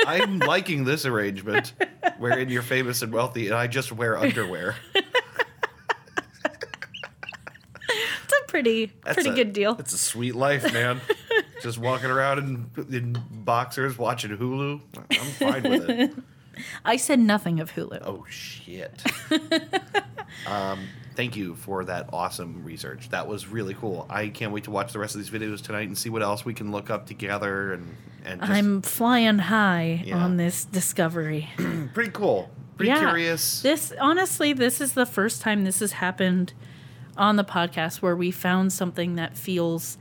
I'm liking this arrangement wherein you're famous and wealthy and I just wear underwear. It's a pretty That's pretty a- good deal. It's a sweet life, man. just walking around in, in boxers watching Hulu. I'm fine with it. I said nothing of Hulu. Oh shit. um, thank you for that awesome research. That was really cool. I can't wait to watch the rest of these videos tonight and see what else we can look up together and and just I'm flying high Yeah. on this discovery. pretty cool. Pretty Yeah. curious. This honestly, this is the first time this has happened on the podcast where we found something that feels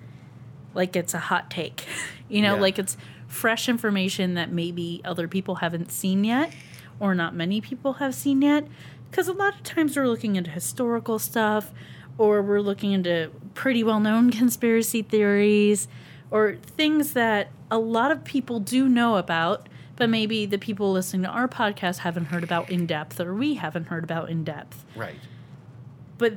like it's a hot take. You know, Yeah. like it's fresh information that maybe other people haven't seen yet or not many people have seen yet because a lot of times we're looking into historical stuff or we're looking into pretty well-known conspiracy theories or things that a lot of people do know about but maybe the people listening to our podcast haven't heard about in depth or we haven't heard about in depth right. but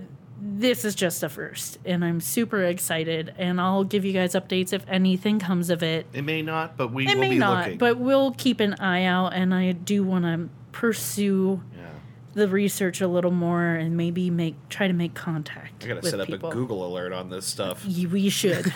this is just a first and i'm super excited and i'll give you guys updates if anything comes of it It may not, but we it will may be not looking. but we'll keep an eye out and i do want to pursue yeah. the research a little more and maybe make try to make contact I gotta with set up people. a Google alert on this stuff. Y- we should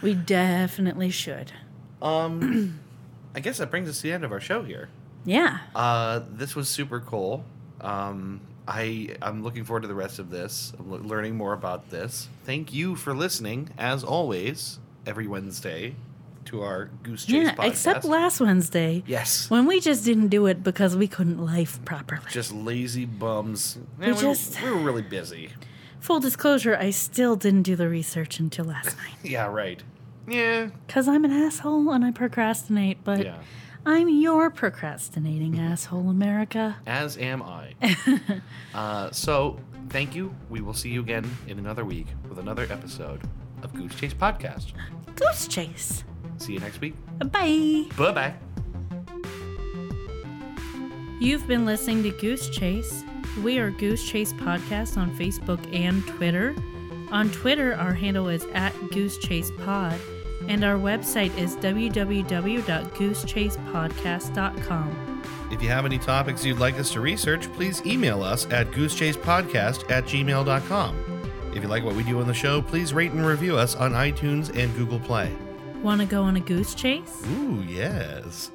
we definitely should Um I guess that brings us to the end of our show here. yeah Uh, this was super cool. Um, I I'm looking forward to the rest of this. I'm le- learning more about this. Thank you for listening, as always, every Wednesday to our Goose Chase yeah podcast. except last wednesday yes, when we just didn't do it because we couldn't life properly just lazy bums. Man, we, just- we were really busy. Full disclosure, I still didn't do the research until last night. Yeah, right. Yeah, Because I'm an asshole and I procrastinate, but yeah. I'm your procrastinating asshole, America. As am I. uh, so thank you. We will see you again in another week with another episode of Goose Chase Podcast. Goose chase. See you next week. Bye. Bye bye. You've been listening to Goose Chase. We are Goose Chase Podcast on Facebook and Twitter. On Twitter, our handle is at Goose Chase Pod, and our website is www.goosechasepodcast.com. If you have any topics you'd like us to research, please email us at goosechasepodcast at gmail.com. If you like what we do on the show, please rate and review us on iTunes and Google Play. Want to go on a goose chase? Ooh, yes.